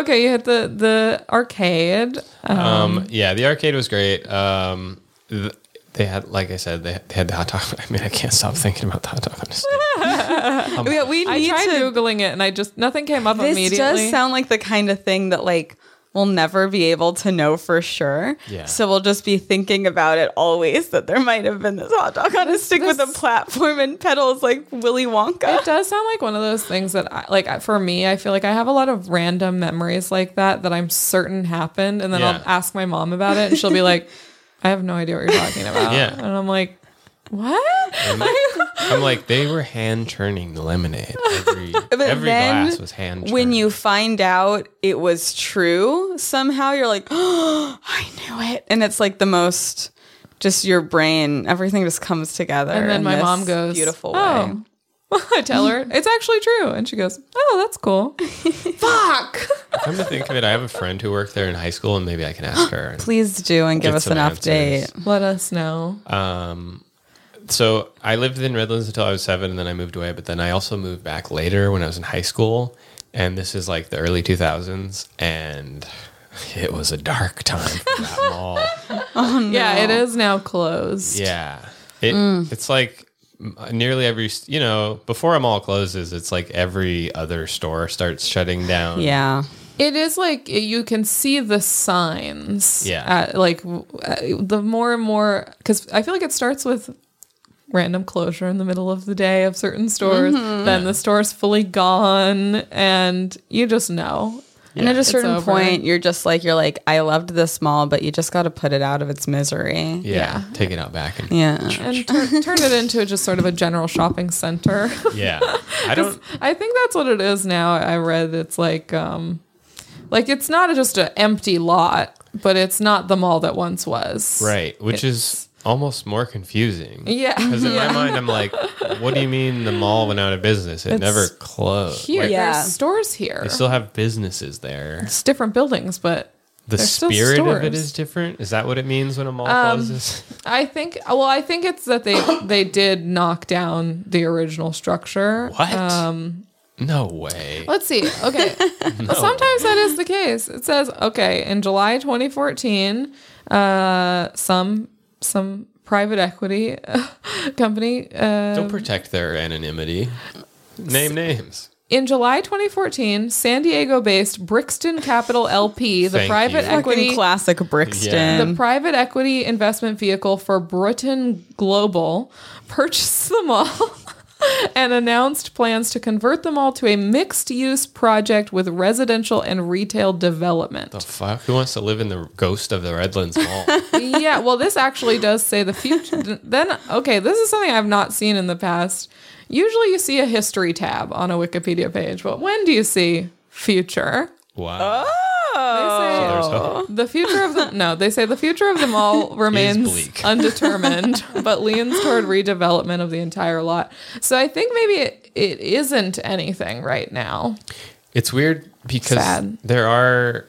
Okay, you hit the the arcade. Uh, Um, yeah, the arcade was great. Um, th- they had, like I said, they they had the hot dog. I mean, I can't stop thinking about the hot dog. on a stick. we, we I need tried to. googling it and I just nothing came up This immediately. does sound like the kind of thing that like we'll never be able to know for sure. Yeah. So we'll just be thinking about it always that there might have been this hot dog on a stick with a this- platform and pedals like Willy Wonka. it does sound like one of those things that I, like for me i feel like i have a lot of random memories like that that i'm certain happened and then Yeah. i'll ask my mom about it and she'll be like i have no idea what you're talking about Yeah. and i'm like what I'm like, they were hand churning the lemonade. Every, every then glass was hand. when churned. you find out it was true somehow you're like oh i knew it and it's like the most just your brain everything just comes together and then in my this mom goes beautiful way oh. i tell her it's actually true and she goes oh that's cool fuck Come to think of it, I have a friend who worked there in high school, and maybe I can ask her. please do and give Get us an some answers. Mm. update let us know Um, so I lived in Redlands until I was seven, and then I moved away. But then I also moved back later when I was in high school, and this is like the early two thousands, and it was a dark time for that mall. yeah it is now closed Yeah, it it's like m- nearly every s- you know before a mall closes, it's like every other store starts shutting down. yeah It is like you can see the signs. Yeah. At, like w- uh, the more and more, because I feel like it starts with random closure in the middle of the day Mm-hmm. of certain stores. Then the store's fully gone, and you just know. And at a certain over. point, you're just like, you're like, I loved this mall, but you just got to put it out of its misery. Yeah. Yeah, take it out back and and tur- turn it into just sort of a general shopping center. yeah. I don't. I think that's what it is now. I read it's like um like it's not just an empty lot, but it's not the mall that once was. Right, which is almost more confusing. Yeah. Because in Yeah. my mind, I'm like, what do you mean the mall went out of business? It never closed. Here, Like, Yeah. there's stores here. They still have businesses there. It's different buildings, but The There's still spirit of it stores. Um, is different. Is that what it means when a mall closes? I think well, I think it's that they they did knock down the original structure. What? um, no way. Let's see. Okay. Well, sometimes that is the case. It says, okay, in July 2014, uh, some some private equity company uh, Don't protect their anonymity. Name names. In July 2014, San Diego-based Brixton Capital LP, the Thank private you. equity Fucking classic Brixton. the private equity investment vehicle for Bruton Global, purchased the mall and announced plans to convert the mall to a mixed-use project with residential and retail development. The fuck? Who wants to live in the ghost of the Redlands Mall? yeah, well, this actually does say the future. Then, okay, this is something I've not seen in the past. Usually, you see a history tab on a Wikipedia page, but when do you see future? Wow. They say There's hope. the future of the no, they say the future of the mall remains bleak. undetermined, but leans toward redevelopment of the entire lot. So I think maybe it, it isn't anything right now. It's weird because Sad. there are.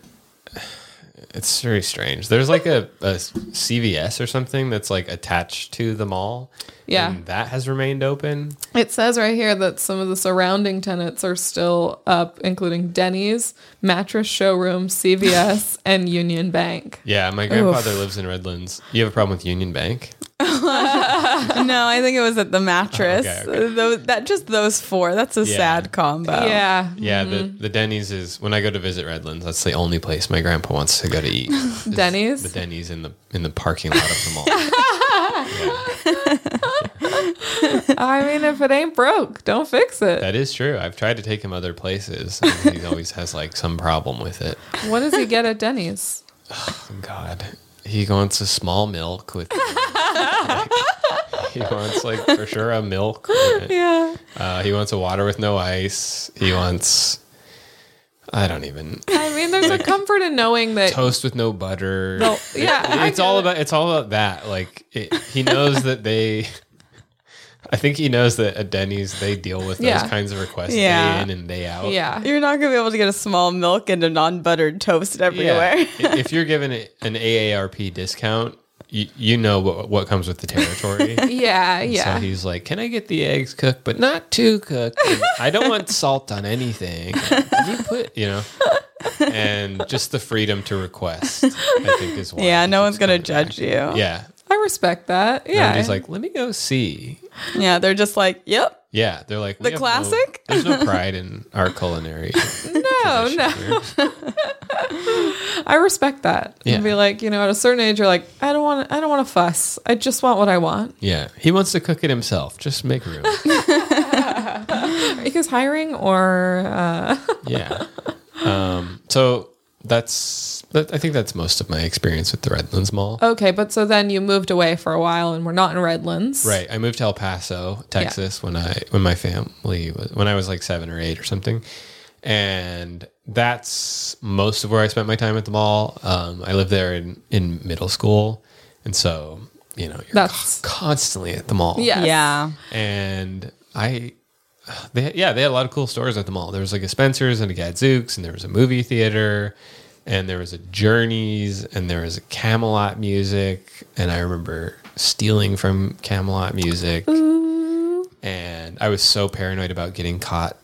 It's very strange. There's like a, a CVS or something that's like attached to the mall. Yeah. And that has remained open. It says right here that some of the surrounding tenants are still up, including Denny's, Mattress Showroom, CVS, and Union Bank. Yeah. My grandfather lives in Redlands. You have a problem with Union Bank? no, I think it was at the mattress. Oh, Okay, Tho- that just those four. That's a Yeah. sad Oh, combo. Yeah. Yeah. Mm-hmm. The, the Denny's is when I go to visit Redlands, that's the only place my grandpa wants to go to eat. is Denny's? The Denny's in the in the parking lot of the mall. I mean, if it ain't broke, don't fix it. that is true. I've tried to take him other places. And he always has like some problem with it. What does he get at Denny's? God. He wants a small milk with. he wants, like, for sure a milk. Yeah. Uh, he wants a water with no ice. He wants. I don't even I mean, there's a comfort in knowing that toast with no butter. Well, yeah, I it's get all it. about it's all about that. Like it, he knows that they. I think he knows that at Denny's they deal with those Yeah. kinds of requests Yeah. day in and day out. Yeah. You're not gonna be able to get a small milk and a non-buttered toast everywhere. I- if you're given a- an AARP discount, you, you know what, what comes with the territory. Yeah, So yeah. he's like, "Can I get the eggs cooked, but not too cooked? And I don't want salt on anything. Can you put, you know?" And just the freedom to request, I think, is why. yeah, he no one's keeps gonna coming back. judge you. Yeah, I respect that. yeah. Yeah. And he's like, "Let me go see." Yeah, they're just like, yep. Yeah, they're like "We The have no- classic? there's no pride in our culinary. no, tradition no. here. I respect that. Yeah. And be like, you know, at a certain age you're like, I don't want I don't want to fuss. I just want what I want. Yeah, he wants to cook it himself. Just make room. Because hiring or uh Yeah. Um. So that's. That, I think that's most of my experience with the Redlands Mall. uh, okay, but so then you moved away for a while and we're not in Redlands. Right. I moved to El Paso, Texas when I when my family was when I was like 7 or 8 or something. And that's most of where I spent my time at the mall. Um, I lived there in in middle school. And so, you know, you're That's- co- constantly at the mall. Yes. Yeah. And I they yeah, they had a lot of cool stores at the mall. There was like a Spencer's and a Gadzooks and there was a movie theater and there was a Journeys and there was a Camelot music and I remember stealing from Camelot music and I was so paranoid about getting caught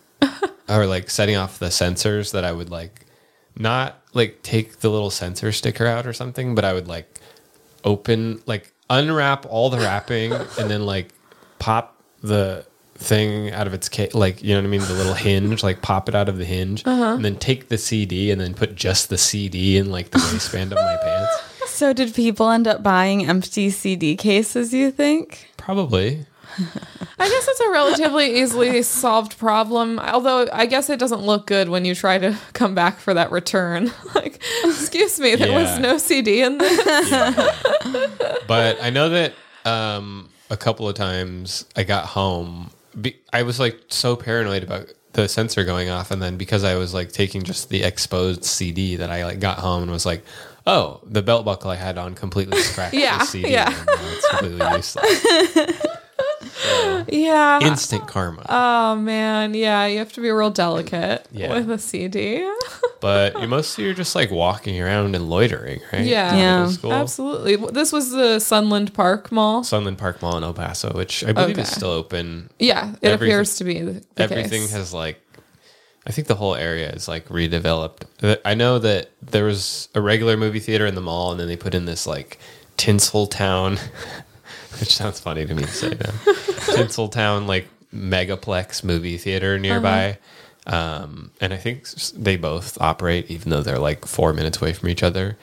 or like setting off the sensors that I would like not like take the little sensor sticker out or something, but I would like open like unwrap all the wrapping and then like pop the thing out of its case like you know what i mean the little hinge like pop it out of the hinge and then take the cd and then put just the cd in like the waistband of my pants So did people end up buying empty CD cases, you think? probably I guess it's a relatively easily solved problem. Although I guess it doesn't look good when you try to come back for that return. like, excuse me, there Yeah. was no CD in this. but I know that um, a couple of times I got home. Be- I was like so paranoid about the sensor going off, and then because I was like taking just the exposed CD, that I like got home and was like, "Oh, the belt buckle I had on completely scratched Yeah, the CD. yeah. and now it's completely useless. yeah. Instant karma." oh man, yeah. You have to be real delicate Yeah. with a CD. but you mostly you're just like walking around and loitering, right? Yeah. In middle Yeah. school. Absolutely. This was the Sunland Park Mall. Sunland Park Mall in El Paso, which I believe is Okay. still open. Yeah, it Everything- appears to be the, the everything case. has like i think the whole area is like redeveloped Th- i know that there was a regular movie theater in the mall and then they put in this like tinseltown which sounds funny to me to say now tinseltown like megaplex movie theater nearby um, and i think s- they both operate even though they're like four minutes away from each other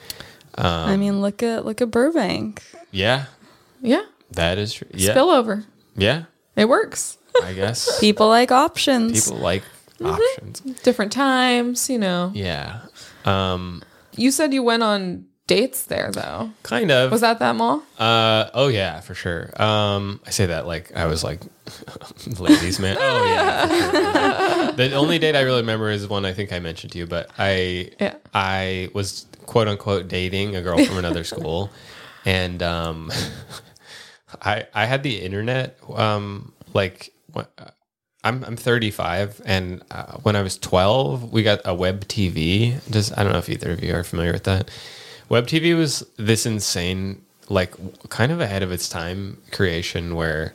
I Um, mean, look at look at Burbank. yeah yeah. that is true yeah Spillover. yeah It works. i guess People like options. people like options Different times, you know. yeah um You said you went on dates there though. kind of Was that that mall? Uh oh yeah, for sure. Um I say that like I was like ladies man. Oh yeah. for sure. the only date I really remember is one I think I mentioned to you, but I Yeah. I was quote unquote dating a girl from another school and um I I had the internet um like what I'm I'm 35 and uh, when I was 12 we got a web TV just I don't know if either of you are familiar with that web TV was this insane like w- kind of ahead of its time creation where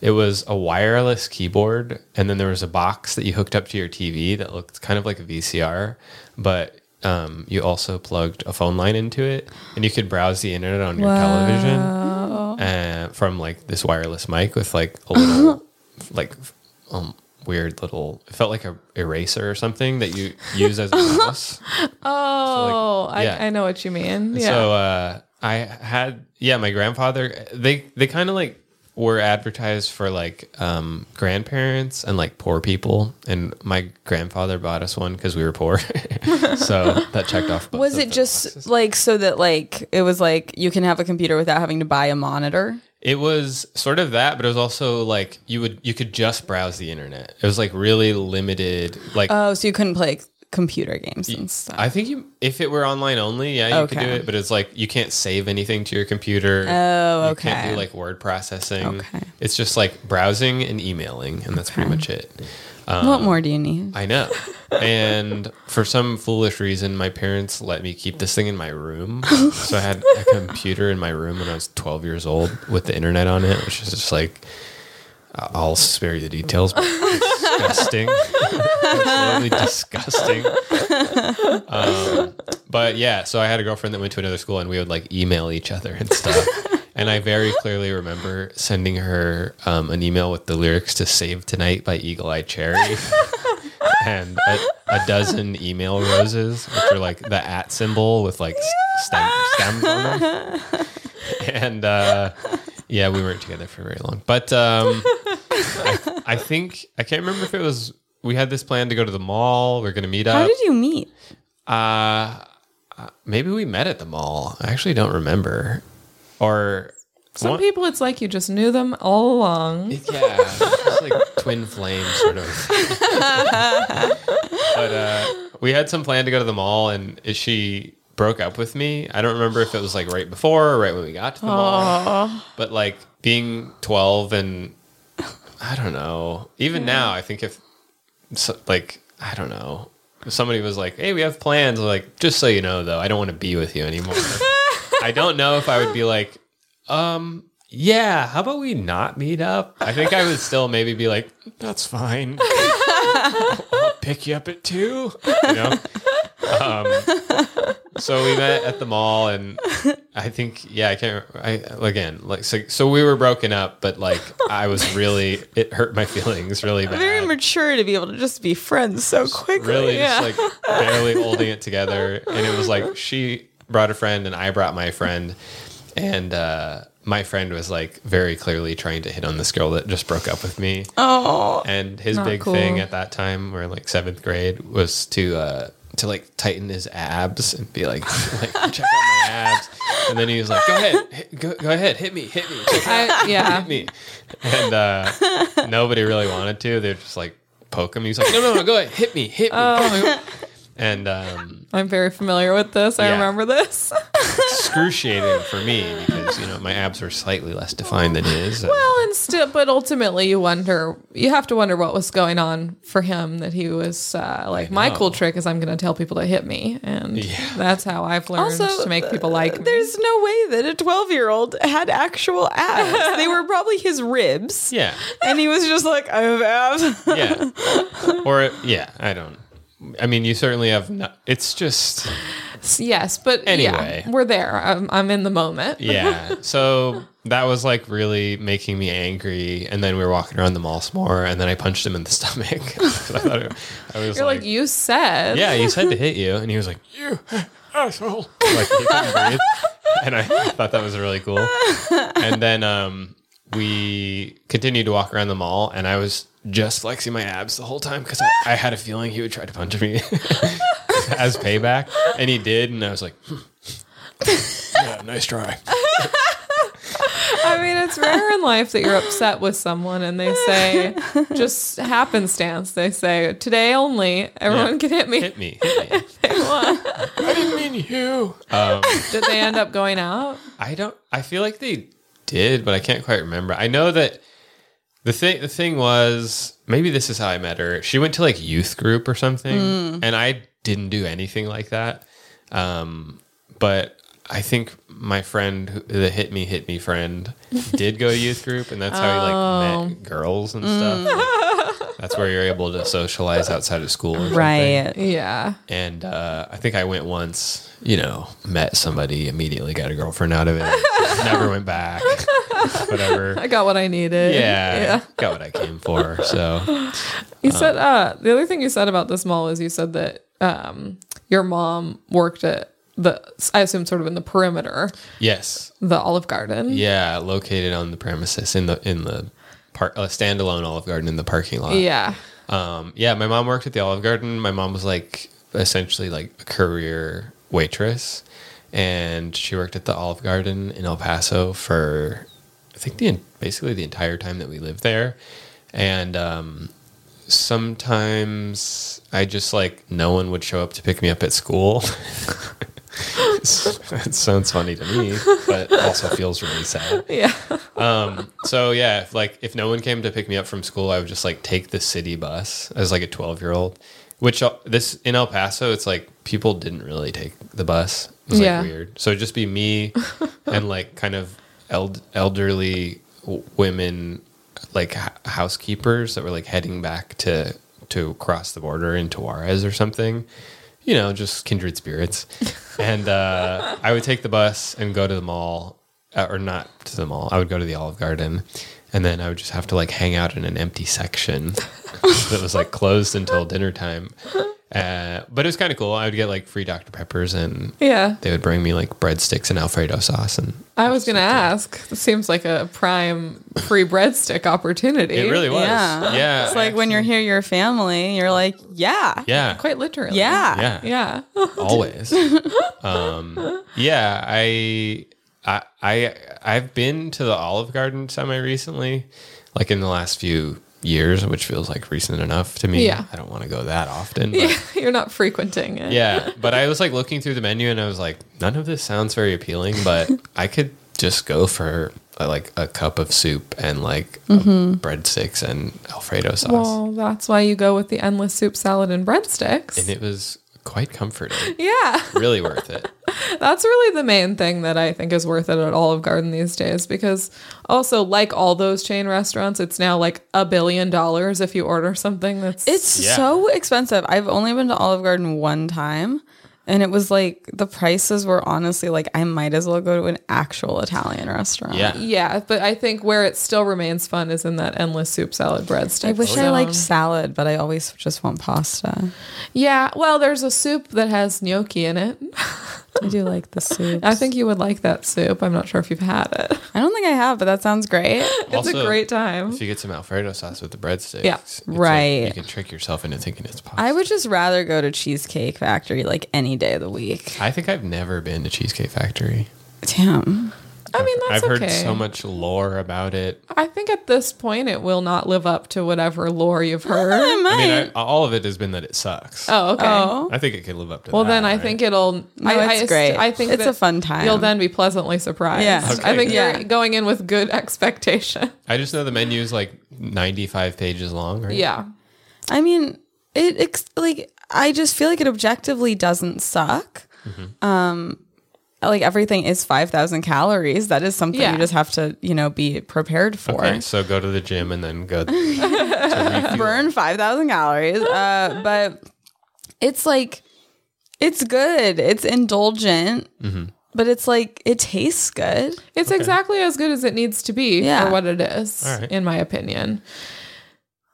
it was a wireless keyboard and then there was a box that you hooked up to your TV that looked kind of like a VCR but um, you also plugged a phone line into it and you could browse the internet on your television uh, from like this wireless mic with like a little like um, weird little it felt like a eraser or something that you use as a Uh-huh. mouse Oh, yeah. I, I know what you mean. Yeah. so uh, I had yeah, my grandfather they they kind of like were advertised for like um, grandparents and like poor people, and my grandfather bought us one because we were poor, so that checked off. both Was of it the just boxes. like so that like it was like you can have a computer without having to buy a monitor? It was sort of that, but it was also like you would you could just browse the internet. It was like really limited, like. Oh, so you couldn't play computer games and stuff. I think you, if it were online only, yeah, you could do Okay. it. But it's like you can't save anything to your computer. Oh, You can't okay. do like word processing. Okay. It's just like browsing and emailing, and that's pretty much it. what um, more do you need? I know. and for some foolish reason, my parents let me keep this thing in my room. so I had a computer in my room when I was 12 years old with the internet on it, which is just like, I- I'll spare you the details, but it's disgusting. Absolutely disgusting. Um, but yeah, so I had a girlfriend that went to another school and we would like email each other and stuff. And I very clearly remember sending her um, an email with the lyrics to Save Tonight by Eagle Eye Cherry and a, a dozen email roses, which are like the at symbol with like s- stem, stems on them. And uh, yeah, we weren't together for very long. But um, I, I think, I can't remember if it was, we had this plan to go to the mall, we are going to meet How up. did you meet? Uh, maybe we met at the mall. I actually don't remember. Or Some people it's like you just knew them all along. Yeah, it's like twin flame sort of. but uh, we had some plan to go to the mall, and she broke up with me. I don't remember if it was like right before or right when we got to the mall. But like being twelve, and I don't know. Even now, I think if so, like I don't know, if somebody was like, "Hey, we have plans," I'm like just so you know, though, I don't want to be with you anymore. I don't know if I would be like, um, yeah, how about we not meet up? I think I would still maybe be like, that's fine. I'll pick you up at two. You know? Um, so we met at the mall, and I think, yeah, I can't. I again, like, so, so we were broken up, but like, I was really, it hurt my feelings really bad. Very mature to be able to just be friends so quickly. Really, Yeah. just like barely holding it together. And it was like she brought a friend and I brought my friend, and uh, my friend was like very clearly trying to hit on this girl that just broke up with me. Oh, And his Not big cool. thing at that time, or like seventh grade, was to uh, to like tighten his abs and be like, like check out my abs. And then he was like, go ahead, hit, go, go ahead, hit me, hit me, check out, I, yeah. hit me. And uh, nobody really wanted to. They're just like poke him. He's like, no, no, no, go ahead, hit me, hit me. Oh. and um, I'm very familiar with this. I Yeah. remember this. excruciating for me because you know my abs were slightly less defined than his. well, and still, but ultimately, you wonder, you have to wonder what was going on for him that he was uh, like, my cool know. trick is I'm going to tell people to hit me. And that's how I've learned to make people like me. There's no way that a 12 year old had actual abs. they were probably his ribs. yeah, And he was just like, I have abs. yeah, or yeah, I don't. I mean, you certainly have. Not, it's just Yes, but Anyway. yeah, we're there. I'm, I'm in the moment. yeah. So that was like really making me angry. And then we were walking around the mall some more, and then I punched him in the stomach. I thought it- I was You're like, like, you said. yeah, he said to hit you, and he was like, you asshole. Like he couldn't breathe. And I thought that was really cool. And then um, we continued to walk around the mall, and I was just flexing my abs the whole time because I, I had a feeling he would try to punch me as payback, and he did. And I was like, hmm. yeah, nice try. I mean, it's rare in life that you're upset with someone and they say, just happenstance, they say, today only, everyone Yeah. can hit me. Hit me, hit me. I didn't mean you. Um, Did they end up going out? I don't. I feel like they did, but I can't quite remember. I know that the thing. The thing was maybe this is how I met her. She went to like youth group or something, and I didn't do anything like that. Um, but I think my friend, who- the hit me, hit me friend, did go to youth group, and that's how he like met girls and stuff. that's where you're able to socialize outside of school, or something. Yeah. And uh, I think I went once, you know, met somebody, immediately got a girlfriend out of it, never went back, whatever. I got what I needed. Yeah, got what I came for. So, You Um, said, uh, the other thing you said about this mall is you said that um, your mom worked at the, I assume, sort of in the perimeter, yes, the Olive Garden. yeah, located on the premises in the in the part uh, standalone Olive Garden in the parking lot. Yeah. Um, yeah, my mom worked at the Olive Garden. My mom was like essentially like a career waitress, and she worked at the Olive Garden in El Paso for I think the basically the entire time that we lived there, and um, sometimes I just like no one would show up to pick me up at school. it sounds funny to me, but also feels really sad Yeah. so yeah, if, like if no one came to pick me up from school, I would just like take the city bus as like a 12 year old, which uh, this in El Paso, it's like people didn't really take the bus. It was Yeah. like weird. So it'd just be me and like kind of eld- elderly w- women, like h- housekeepers that were like heading back to, to cross the border into Juarez or something, you know, just kindred spirits. and uh, I would take the bus and go to the mall uh, or not to the mall. I would go to the Olive Garden, and then I would just have to like hang out in an empty section that was like closed until dinner time. Uh, but it was kind of cool. I would get like free Dr Peppers, and Yeah. they would bring me like breadsticks and Alfredo sauce, and I was going to ask. This seems like a prime free breadstick opportunity. it really was. Yeah. Yeah, It's like when you're here, your family, you're like, yeah. yeah, Quite literally. Yeah. yeah, Yeah. always. um, yeah, I, I, I, I've been to the Olive Garden semi recently, like in the last few years, which feels like recent enough to me. Yeah. I don't want to go that often. But Yeah, yeah. You're not frequenting it. but I was like looking through the menu and I was like, none of this sounds very appealing, but I could just go for uh, like a cup of soup and like a breadsticks and Alfredo sauce. Mm-hmm. Well, that's why you go with the endless soup salad and breadsticks. And it was quite comforting. yeah. really worth it. That's really the main thing that I think is worth it at Olive Garden these days because also like all those chain restaurants, it's now like a billion dollars if you order something that's It's Yeah. so expensive. I've only been to Olive Garden one time. And it was like the prices were honestly like I might as well go to an actual Italian restaurant. Yeah. yeah, but I think where it still remains fun is in that endless soup salad breadstick. I wish I zone. liked salad, but I always just want pasta. Yeah, well, there's a soup that has gnocchi in it. I do like the soup. I think you would like that soup. I'm not sure if you've had it. I don't think I have, but that sounds great. It's a great time. If you get some Alfredo sauce with the breadsticks, Yeah, it's right. Like you can trick yourself into thinking it's pasta. I would just rather go to Cheesecake Factory like any day of the week. I think I've never been to Cheesecake Factory. Damn. I mean, that's I've heard okay. so much lore about it. I think at this point it will not live up to whatever lore you've heard. I might. I mean, I, all of it has been that it sucks. oh, okay. oh. I think it could live up to Well, that. then I right? think it'll. I, I it's st- great. I think It's that a fun time. You'll then be pleasantly surprised. Yeah. I Okay. think Yeah. you're going in with good expectation. I just know the menu's like 95 pages long, right? Yeah. I mean, it ex- like I just feel like it objectively doesn't suck. Mm-hmm. Um, like everything is five thousand calories. That is something Yeah. you just have to you know be prepared for. Okay, so go to the gym and then go to refuel. Burn five thousand calories, uh, but it's like it's good. It's indulgent, Mm-hmm. but it's like it tastes good. It's exactly as good as it needs to be Yeah. for what it is, All right. in my opinion.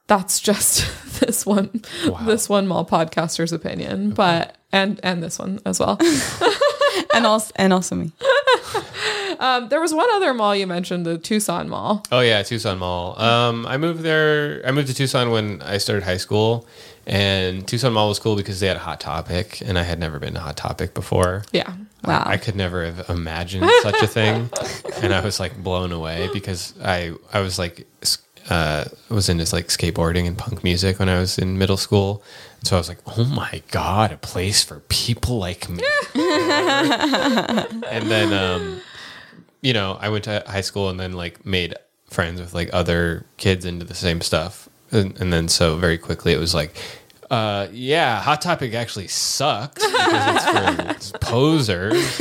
That's just this one, Wow. this one mall podcaster's opinion, but and and this one as well. and also and also me. um, there was one other mall you mentioned, the Tucson Mall. Oh yeah, Tucson Mall. Um, I moved there. I moved to Tucson when I started high school, and Tucson Mall was cool because they had Hot Topic, and I had never been to Hot Topic before. Yeah, Wow. I could never have imagined such a thing, and I was like blown away because I I was like s- uh, was into like skateboarding and punk music when I was in middle school, so I was like, oh my god, a place for people like me. and then um, you know I went to high school and then like made friends with like other kids into the same stuff, and, and then so very quickly it was like. Uh, yeah, Hot Topic actually sucks because it's for posers and it's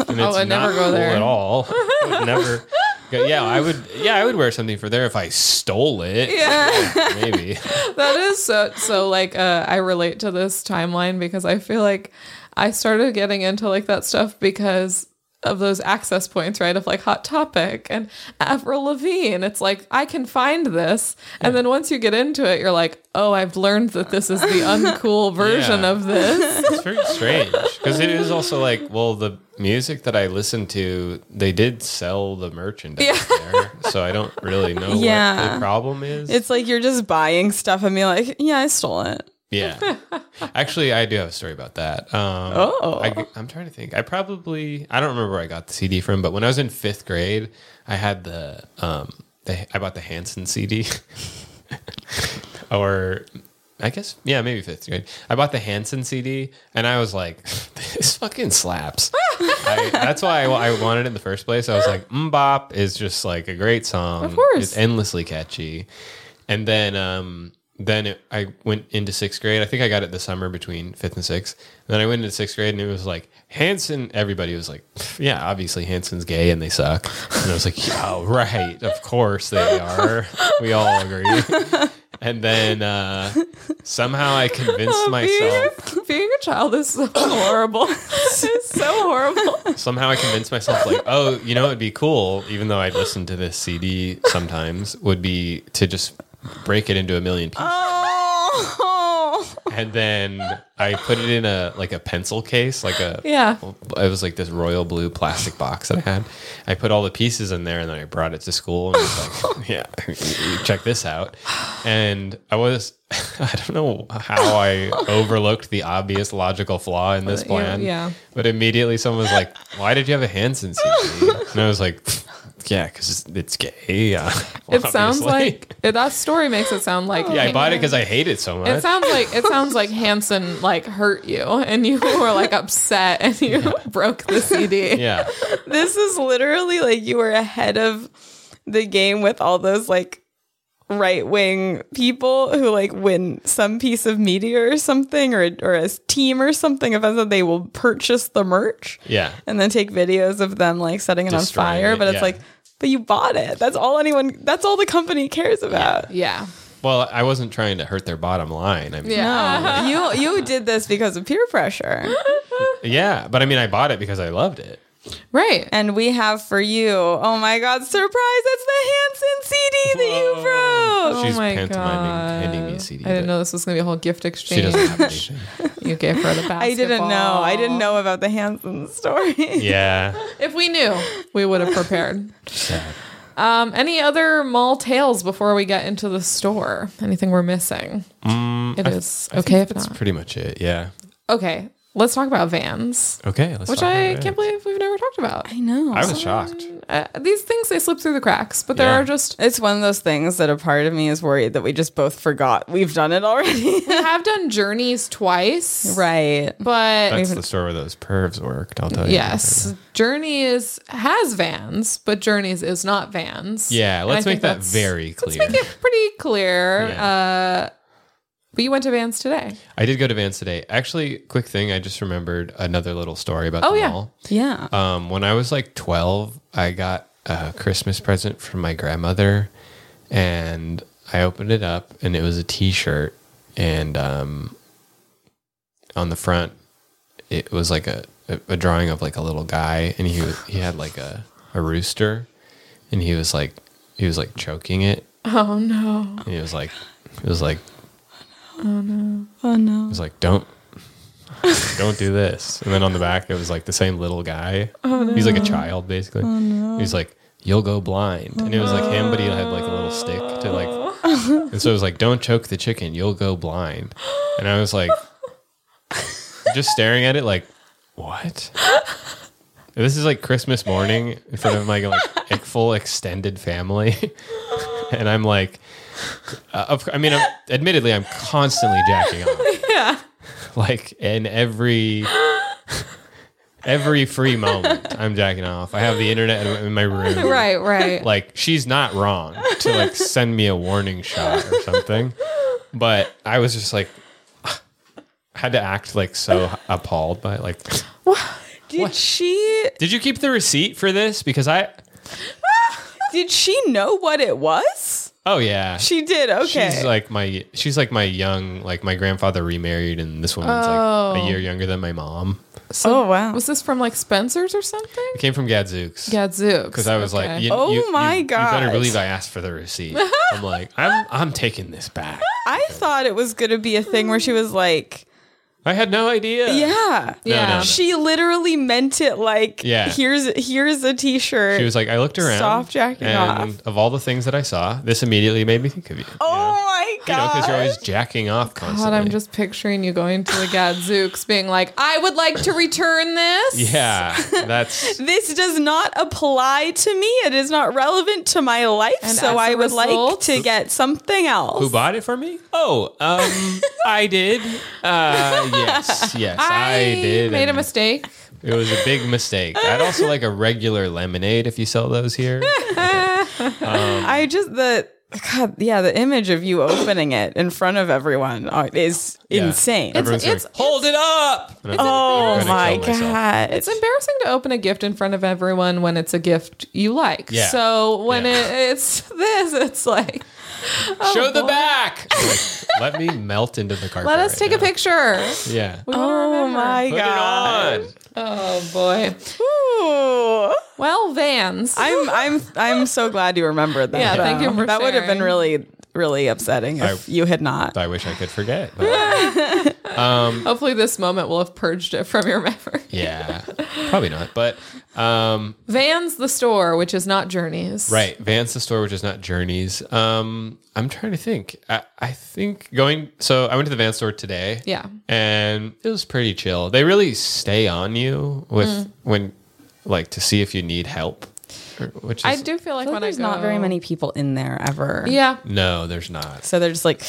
Oh, I'd not never go cool there. at all. I would never. go- Yeah, I would. Yeah, I would wear something for there if I stole it. Yeah, maybe. that is so so like uh i relate to this timeline because i feel like i started getting into like that stuff because of those access points right of like hot topic and avril lavigne it's like i can find this and then once you get into it you're like oh i've learned that this is the uncool version Yeah. of this It's very strange because it is also like, well, the music that I listened to, they did sell the merchandise there, so I don't really know what Yeah. the problem is. It's like you're just buying stuff and be like, yeah, I stole it. Yeah. Actually, I do have a story about that. Um, Oh. I, am trying to think. I probably, I don't remember where I got the CD from, but when I was in fifth grade, I had the, um, the I bought the Hanson CD. or I guess, yeah, maybe fifth grade. I bought the Hanson CD and I was like, this fucking slaps. I, that's why I, wa- I wanted it in the first place. I was like, Mbop is just like a great song. Of course. It's endlessly catchy. And then, um, then it, I went into sixth grade. I think I got it the summer between fifth and sixth. And then I went into sixth grade and it was like, Hanson, everybody was like, yeah, obviously Hanson's gay and they suck. And I was like, yeah, right. Of course they are. We all agree. And then uh, somehow I convinced being, myself being a child is so horrible it's so horrible somehow I convinced myself like, oh, you know, it'd be cool, even though I'd listen to this CD sometimes, would be to just break it into a million pieces. Oh, And then I put it in a like a pencil case, like a yeah it was like this royal blue plastic box that I had. I put all the pieces in there and then I brought it to school and was like, yeah, check this out. And I was, I don't know how I overlooked the obvious logical flaw in this You- plan. yeah. But immediately someone was like, why did you have a Hanson CD? And I was like, yeah, because it's gay. Yeah. it sounds obviously. like that story makes it sound like Yeah, I bought it because I hate it so much. It sounds like it sounds like Hanson like hurt you, and you were like upset, and you broke the CD. yeah. this is literally like you were ahead of the game with all those like right wing people who like win some piece of media or something or or a team or something. If I said they will purchase the merch Yeah. and then take videos of them like setting it Destroying on fire, it, but it's yeah. like. But you bought it. That's all anyone. That's all the company cares about. Yeah, Well, I wasn't trying to hurt their bottom line. I mean, yeah. No, you you did this because of peer pressure. Yeah, but I mean, I bought it because I loved it. Right. And we have for you, oh my God, surprise, it's the Hanson CD that you wrote. She's oh my pantomiming, God. handing me a CD, I didn't but- know this was going to be a whole gift exchange. She doesn't have anything. you gave her the basketball. I didn't know. I didn't know about the Hanson story. yeah. If we knew, we would have prepared. Sad. Um, any other mall tales before we get into the store? Anything we're missing? It is Mm, I okay think if that's not. pretty much it. Yeah. okay, let's talk about vans, Okay. Let's which talk about I it. can't believe we've never talked about. I know. I was shocked. Uh, these things they slip through the cracks, but there Yeah. are just it's one of those things that a part of me is worried that we just both forgot we've done it already. we have done journeys twice, right. But That's the store where those pervs worked. I'll tell you. Yes, Journeys has vans, but Journeys is not vans. Yeah. And Let's I make think that that's- very clear. Let's make it pretty clear. Yeah. Uh, but you went to Vans today. I did go to Vans today. Actually, quick thing. I just remembered another little story about Oh, the yeah. mall. Yeah. Um, when I was like 12, I got a Christmas present from my grandmother, and I opened it up, and it was a T-shirt, and um, on the front, it was like a a a drawing of like a little guy, and he was, he had like a a rooster, and he was like he was like choking it, Oh no! and he was like it was like oh it no. was like don't don't do this and then on the back it was like the same little guy he's like a child basically he's like you'll go blind and it was like him but he had like a little stick to like and so it was like don't choke the chicken you'll go blind and i was like just staring at it like what And this is like christmas morning in front of my like full extended family and i'm like uh, of, i mean I'm, admittedly i'm constantly jacking off like in every every free moment i'm jacking off i have the internet in- in my room Right, right. like she's not wrong to like send me a warning shot or something but i was just like had to act like so appalled by it like Did she did you keep the receipt for this because i did she know what it was? oh yeah She did. Okay. She's like my she's like my young like my grandfather remarried and this woman's like Oh. a year younger than my mom. oh wow. Was this from like Spencer's or something? It came from Gadzooks. Gadzooks. Because I was like, you, Oh you- my you, You God. better believe I asked for the receipt. I'm like, I'm I'm taking this back. I thought it was going to be a thing where she was like, I had no idea. yeah. No, Yeah. no, no. She, She literally meant it like, Yeah. here's here's a t-shirt. was like, I looked around. Soft jacking and off. Of all the things that I saw, this immediately made me think of you. oh my You know, god. because you're always jacking off constantly. God, I'm just picturing you going to the Gadzooks, being like, I would like to return this. Yeah, that's. this does not apply to me. It is not relevant to my life. And as so a I would result- like to get something else. Who bought it for me? Oh, um, I did. Uh, yes, yes, I, I, did. made a and mistake. It was a big mistake. I'd also like a regular lemonade if you sell those here. I just the God, yeah, the image of you opening it in front of everyone uh, is Yeah. insane. It's- Everyone's going, it's- hold it up. And I'm like, oh "I'm my gonna kill myself." god, It's embarrassing to open a gift in front of everyone when it's a gift you like. Yeah. So when Yeah. it, it's this, it's like, Show the back. I'm like, Let me melt into the carpet. Oh, let us right take a now." picture. Yeah. We wanna oh remember. my Put god. it on. Oh boy. Ooh. Well, Vans. I'm I'm I'm so glad you remembered that. Yeah, thank you though. for That would have been sharing. really really upsetting if I- you had not. I wish I could forget. but- Hopefully, this moment will have purged it from your memory. yeah. Probably not. But um, Vans, the store, which is not Journeys. right, Vance the store, which is not Journeys. Um, I'm trying to think. I, I think going. So I went to the Vance store today. Yeah. and it was pretty chill. They really stay on you with when like to see if you need help, or- which is I do feel like I feel like when there's I go, not very many people in there ever. Yeah, no, there's not. So they're just like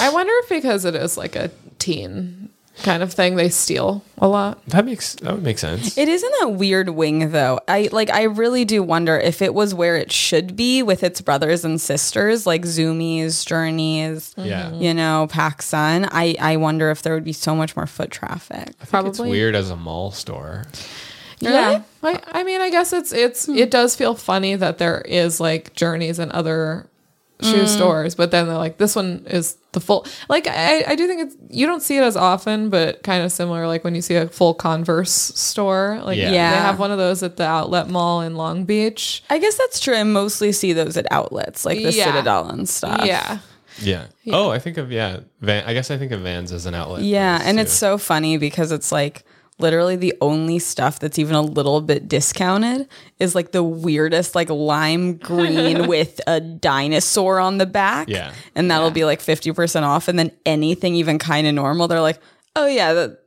I wonder if because it is like a teen kind of thing, they steal a lot. That makes that would make sense. It is in that weird wing though. I like I really do wonder if it was where it should be with its brothers and sisters, like Zoomies, Journeys, Yeah. Mm-hmm. you know, PacSun. I, I wonder if there would be so much more foot traffic. Probably It's weird as a mall store. Yeah, Hmm. I, I mean, I guess it's it's it does feel funny that there is like journeys and other shoe stores, but then they're like, this one is the full. Like, I, I do think it's, you don't see it as often, but kind of similar. Like when you see a full Converse store, like Yeah. they Yeah. have one of those at the outlet mall in Long Beach. I guess that's true. I mostly see those at outlets like the Yeah. Citadel and stuff. Yeah. Yeah. Oh, I think of yeah. Van, I guess I think of Vans as an outlet. Yeah, place, and too. it's so funny because it's like literally the only stuff that's even a little bit discounted is like the weirdest like lime green with a dinosaur on the back. Yeah. And that'll be like 50% off and then anything even kind of normal they're like, "Oh yeah, that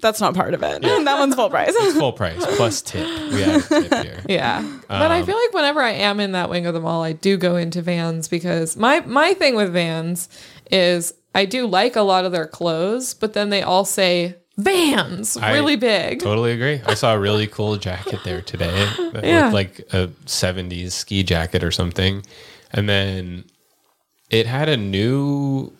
that's not part of it. that one's full price." full price plus tip. We added tip here. Yeah. but Um, I feel like whenever I am in that wing of the mall, I do go into Vans because my my thing with Vans is I do like a lot of their clothes, but then they all say Vans I- really big. Totally agree. I saw a really cool jacket there today that Yeah. looked like a 70s ski jacket or something. And then it had a new,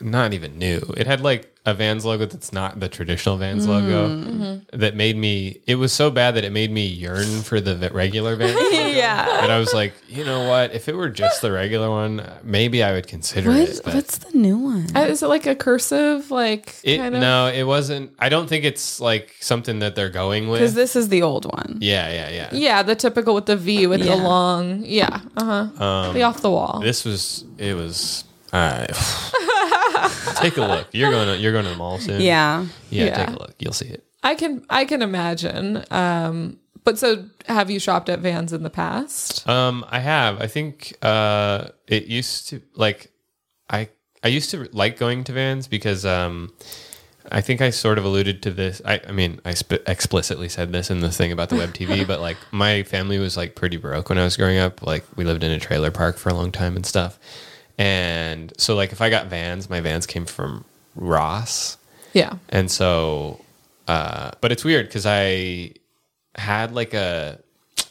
not even new, it had like a Vans logo that's not the traditional Mm-hmm. Vans logo that made me, it was so bad that it made me yearn for the v- regular Vans. logo. yeah. And I was like, you know what? If it were just the regular one, maybe I would consider it. but- what's the new one? Uh, Is it like a cursive, like It, kind of? No, it wasn't. I don't think it's like something that they're going with. Cuz this is the old one. yeah, yeah, yeah. Yeah, the typical with the V with Yeah. the long. Yeah. Uh huh. the off the wall. This was Um, it was. Uh, take a look. You're going. To, you're going to the mall soon. Yeah. yeah. Yeah. Take a look. You'll see it. I can I can imagine. Um, but so have you shopped at Vans in the past? Um, I have. I think uh, it used to like, I I used to like going to Vans because um, I think I sort of alluded to this. I, I mean, I sp- explicitly said this in the thing about the web TV, but like my family was like pretty broke when I was growing up. Like we lived in a trailer park for a long time and stuff, and so like if I got Vans, my Vans came from Ross. Yeah. And so, uh, but it's weird because I had like a,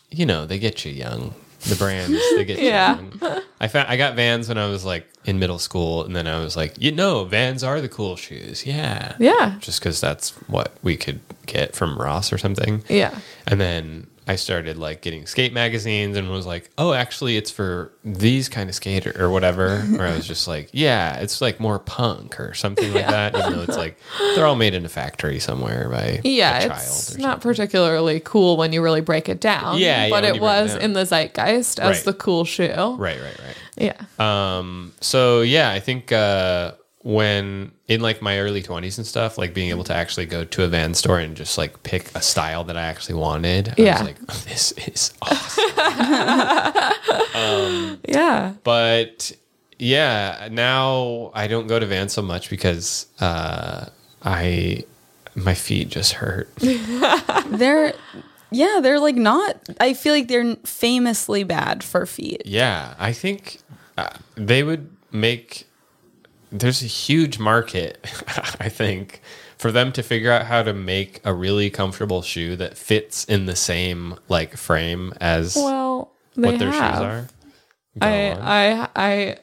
you know, they get you young. The brands, they get Yeah. you young. I found I got Vans when I was like in middle school, and then I was like, you know, Vans are the cool shoes. Yeah, Yeah. Just because that's what we could get from Ross or something. Yeah. And then I started like getting skate magazines and was like, oh, actually, it's for these kind of skater or whatever. Or I was just like, yeah, it's like more punk or something like that. Even though it's like they're all made in a factory somewhere by Yeah, a child. it's or not particularly cool when you really break it down. Yeah, yeah, but when you it break it was down. in the zeitgeist as Right. the cool shoe. right, right, right. Yeah, Um, so yeah, I think uh, when in like my early twenties and stuff, like being able to actually go to a van store and just like pick a style that I actually wanted, I Yeah. was like, oh, this is awesome. yeah, but yeah, now I don't go to Vans so much because uh, I my feet just hurt. They're yeah, they're like not I feel like they're famously bad for feet. yeah, I think uh, they would make. There's a huge market, I think, for them to figure out how to make a really comfortable shoe that fits in the same like frame as Well, they what their have. shoes are. Go on. I, I, I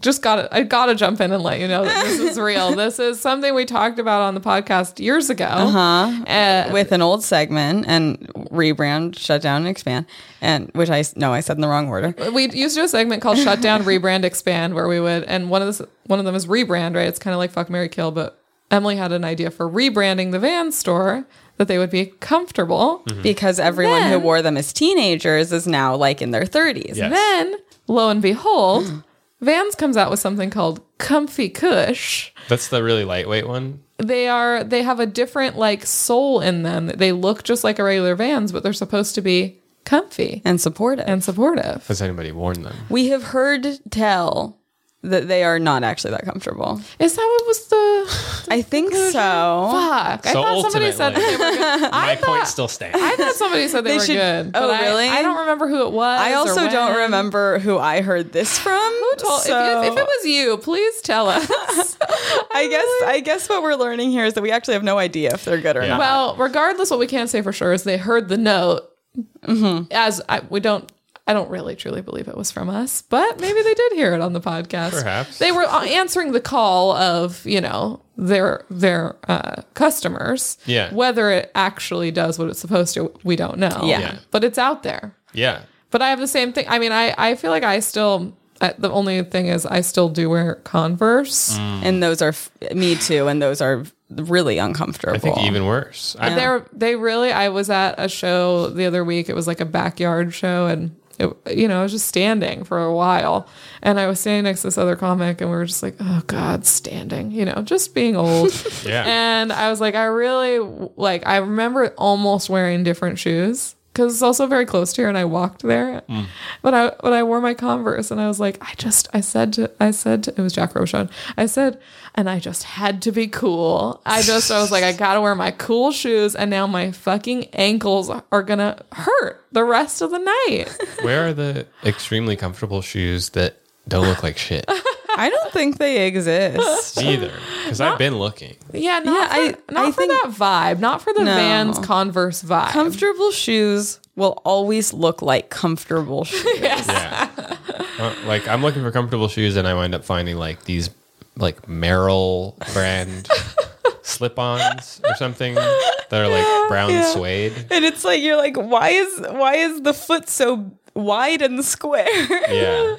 just got to, I got to jump in and let you know that this is real. this is something we talked about on the podcast years ago. Uh-huh. Uh, with an old segment and rebrand, shut down, and expand, and which I s- no, I said in the wrong order. Mm-hmm. we used to do a segment called "Shut Down, Rebrand, Expand," where we would, and one of the, one of them is rebrand, right? It's kind of like fuck, Mary kill, but Emily had an idea for rebranding the van store that they would be comfortable. Because everyone who Then- wore them as teenagers is now like in their thirties. Yeah. Yes. Then, lo and behold, Vans comes out with something called Comfy Cush. That's the really lightweight one. They are they have a different like soul in them. They look just like a regular Vans, but they're supposed to be comfy and supportive. and supportive. Has anybody worn them? we have heard tell that they are not actually that comfortable. Is that what was the I think so. fuck? I So thought somebody said ultimately- they were good. My point still stands. I thought somebody said they, They were should- good. but oh, I- really? I, don't remember who it was. I or also don't when. remember who I heard this from. Well, if- so- if, if it was you, please tell us. I guess I guess what we're learning here is that we actually have no idea if they're good or Yeah. not. well, regardless, what we can say for sure is they heard the note. As I, we don't, I don't really truly believe it was from us, but maybe they did hear it on the podcast. Perhaps. they were uh, answering the call of you know their their uh, customers. Yeah. whether it actually does what it's supposed to, we don't know. Yeah. Yeah. but it's out there. yeah. But I have the same thing. I mean, I, I feel like I still I, the only thing is, I still do wear Converse. and those are f- me too, and those are really uncomfortable. I think even worse. I, They're they really. I was at a show the other week. It was like a backyard show, and it, you know, I was just standing for a while, and I was standing next to this other comic, and we were just like, oh god, standing, you know, just being old. Yeah. And I was like, I really like. I remember almost wearing different shoes. Cause it's also very close to here, and I walked there, Mm. but I but I wore my Converse, and I was like, I just I said to I said to, it was Jack Roshan, I said, and I just had to be cool. I just I was like, I gotta wear my cool shoes, and now my fucking ankles are gonna hurt the rest of the night. where are the extremely comfortable shoes that don't look like shit I don't think they exist. either? Because I've been looking. Yeah, not for, Yeah, I- not I for think- that vibe, not for the No. Vans Converse vibe. comfortable shoes will always look like comfortable shoes. Yeah. Uh, like I'm looking for comfortable shoes and I wind up finding like these like Merrill brand slip-ons or something that are like brown suede. and it's like you're like, why is why is the foot so wide and square? Yeah.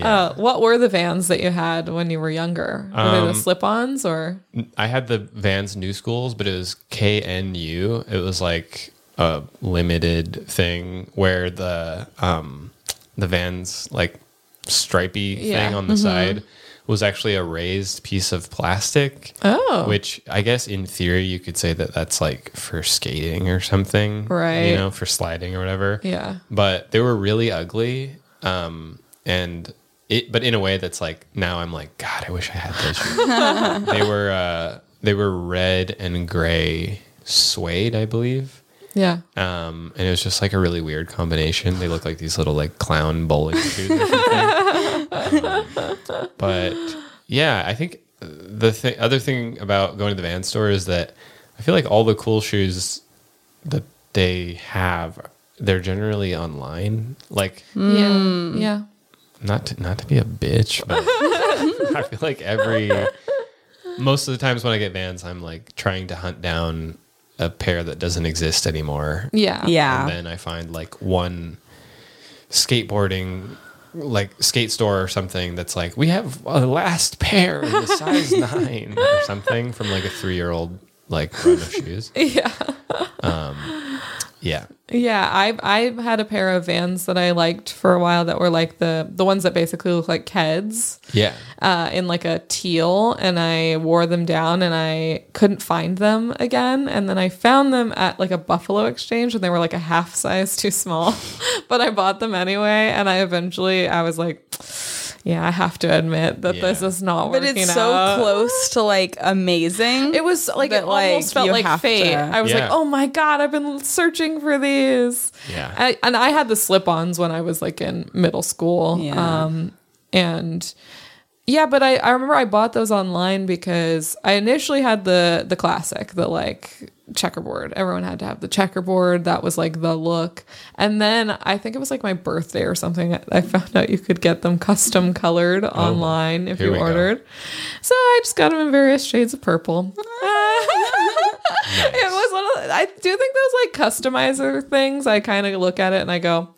Uh, what were the Vans that you had when you were younger? Were they the slip-ons or? I had the Vans New Schools, but it was KNU. It was like a limited thing where the um the Vans like stripey Yeah. Mm-hmm. thing on the side was actually a raised piece of plastic. Oh. Which I guess in theory you could say that that's like for skating or something. Right. You know, for sliding or whatever. Yeah. But they were really ugly. Um and it but in a way that's like now I'm like, God, I wish I had those shoes they were uh, they were red and gray suede, I believe. Yeah. Um, and it was just like a really weird combination. They look like these little like clown bowling shoes or something. Um, but yeah, I think the th- other thing about going to the van store is that I feel like all the cool shoes that they have, they're generally online. Like Yeah. Yeah. not to, not to be a bitch, but I feel like every most of the times when I get Vans, I'm like trying to hunt down a pair that doesn't exist anymore. Yeah. And then I find like one skateboarding like skate store or something that's like we have a last pair in the size 9 or something from like a 3-year-old like run of shoes. Yeah. Um yeah. Yeah, I I had a pair of Vans that I liked for a while that were like the the ones that basically look like Keds Yeah. uh, in like a teal, and I wore them down, and I couldn't find them again, and then I found them at like a Buffalo Exchange, and they were like a half size too small, but I bought them anyway, and I eventually I was like. Yeah, I have to admit that Yeah. this is not But working it's so out." close to like amazing. It was like that, it like, almost felt you like have fate. to- I was like, Yeah. oh my god, I've been searching for these. Yeah. I, and I had the slip-ons when I was like in middle school. Yeah. Um, and yeah, but I, I remember I bought those online because I initially had the the classic, the like checkerboard. Everyone had to have the checkerboard. That was like the look. And then I think it was like my birthday or something. I found out you could get them custom colored online if Oh, Here you we go. ordered. So I just got them in various shades of purple. It was one of the, I do think those like customizer things. I kind of look at it and I go,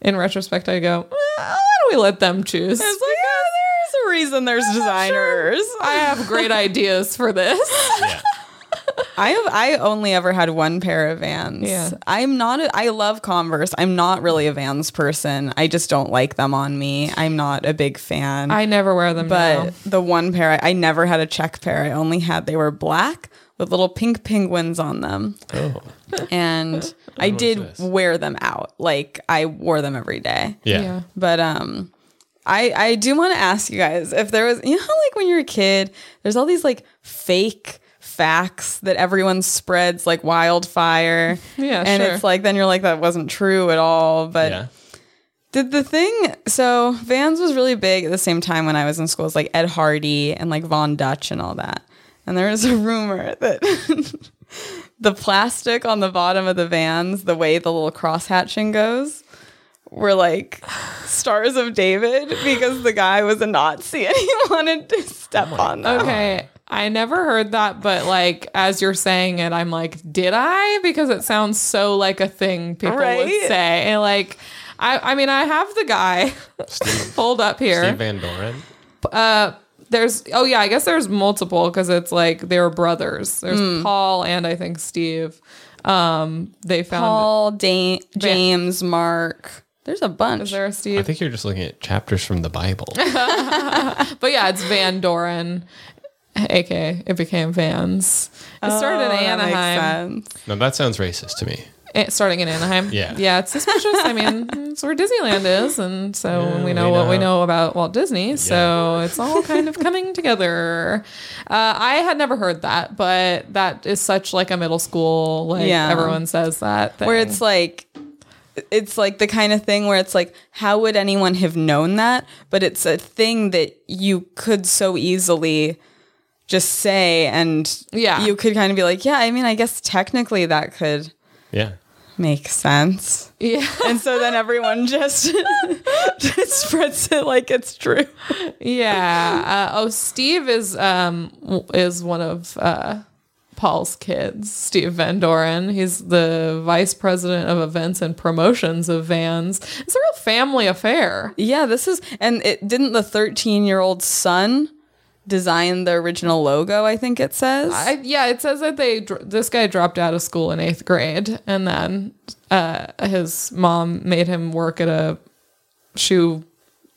in retrospect, I go, "Well, why do we let them choose? It's like oh, there's a reason there's designers. I have great ideas for this. Yeah. I have I only ever had one pair of Vans. Yeah. I'm not a, I love Converse. I'm not really a Vans person. I just don't like them on me. I'm not a big fan. I never wear them, but but the one pair I, I never had a check pair. I only had they were black with little pink penguins on them. Oh. And I did this? wear them out. Like I wore them every day. Yeah. yeah. But um I I do want to ask you guys if there was you know how, like when you're a kid, there's all these like fake facts that everyone spreads like wildfire. Yeah, And sure. it's like then you're like that wasn't true at all, but Yeah. did the thing so Vans was really big at the same time when I was in school. It was like Ed Hardy and like Von Dutch and all that. And there was a rumor that the plastic on the bottom of the Vans, the way the little cross hatching goes, were like stars of David because the guy was a Nazi and he wanted to step Oh on them. Okay. I never heard that, but like as you're saying it, I'm like, did I? Because it sounds so like a thing people would Right? say. And like, I, I mean, I have the guy Steve, pulled up here. Steve Van Doren. there's oh yeah, I guess there's multiple because it's like they were brothers. There's Paul and I think Steve. Um, they found. Paul, da- James, Mark. There's a bunch. Is there a Steve? I think you're just looking at chapters from the Bible. But yeah, it's Van Doren, aka it became Vans. It Oh, started in Anaheim. no, that sounds racist to me. It- starting in Anaheim. Yeah. yeah, it's suspicious. I mean, it's where Disneyland is, and so Yeah, we know we what we know. know about Walt Disney. So it's all kind of coming together. Uh, I had never heard that, but that is such like a middle school like Yeah. everyone says that thing. Where it's like, it's like the kind of thing where it's like, how would anyone have known that? But it's a thing that you could so easily just say, and Yeah. you could kind of be like, yeah, I mean, I guess technically that could Yeah. make sense. yeah, And so then everyone just, just spreads it like it's true. yeah. Uh, oh, Steve is um w- is one of uh. Paul's kids, Steve Van Doren. He's the vice president of events and promotions of Vans. It's a real family affair. Yeah, this is and it didn't the 13-year-old son design the original logo, I think it says. I, yeah, it says that they dr- this guy dropped out of school in eighth grade, and then uh, his mom made him work at a shoe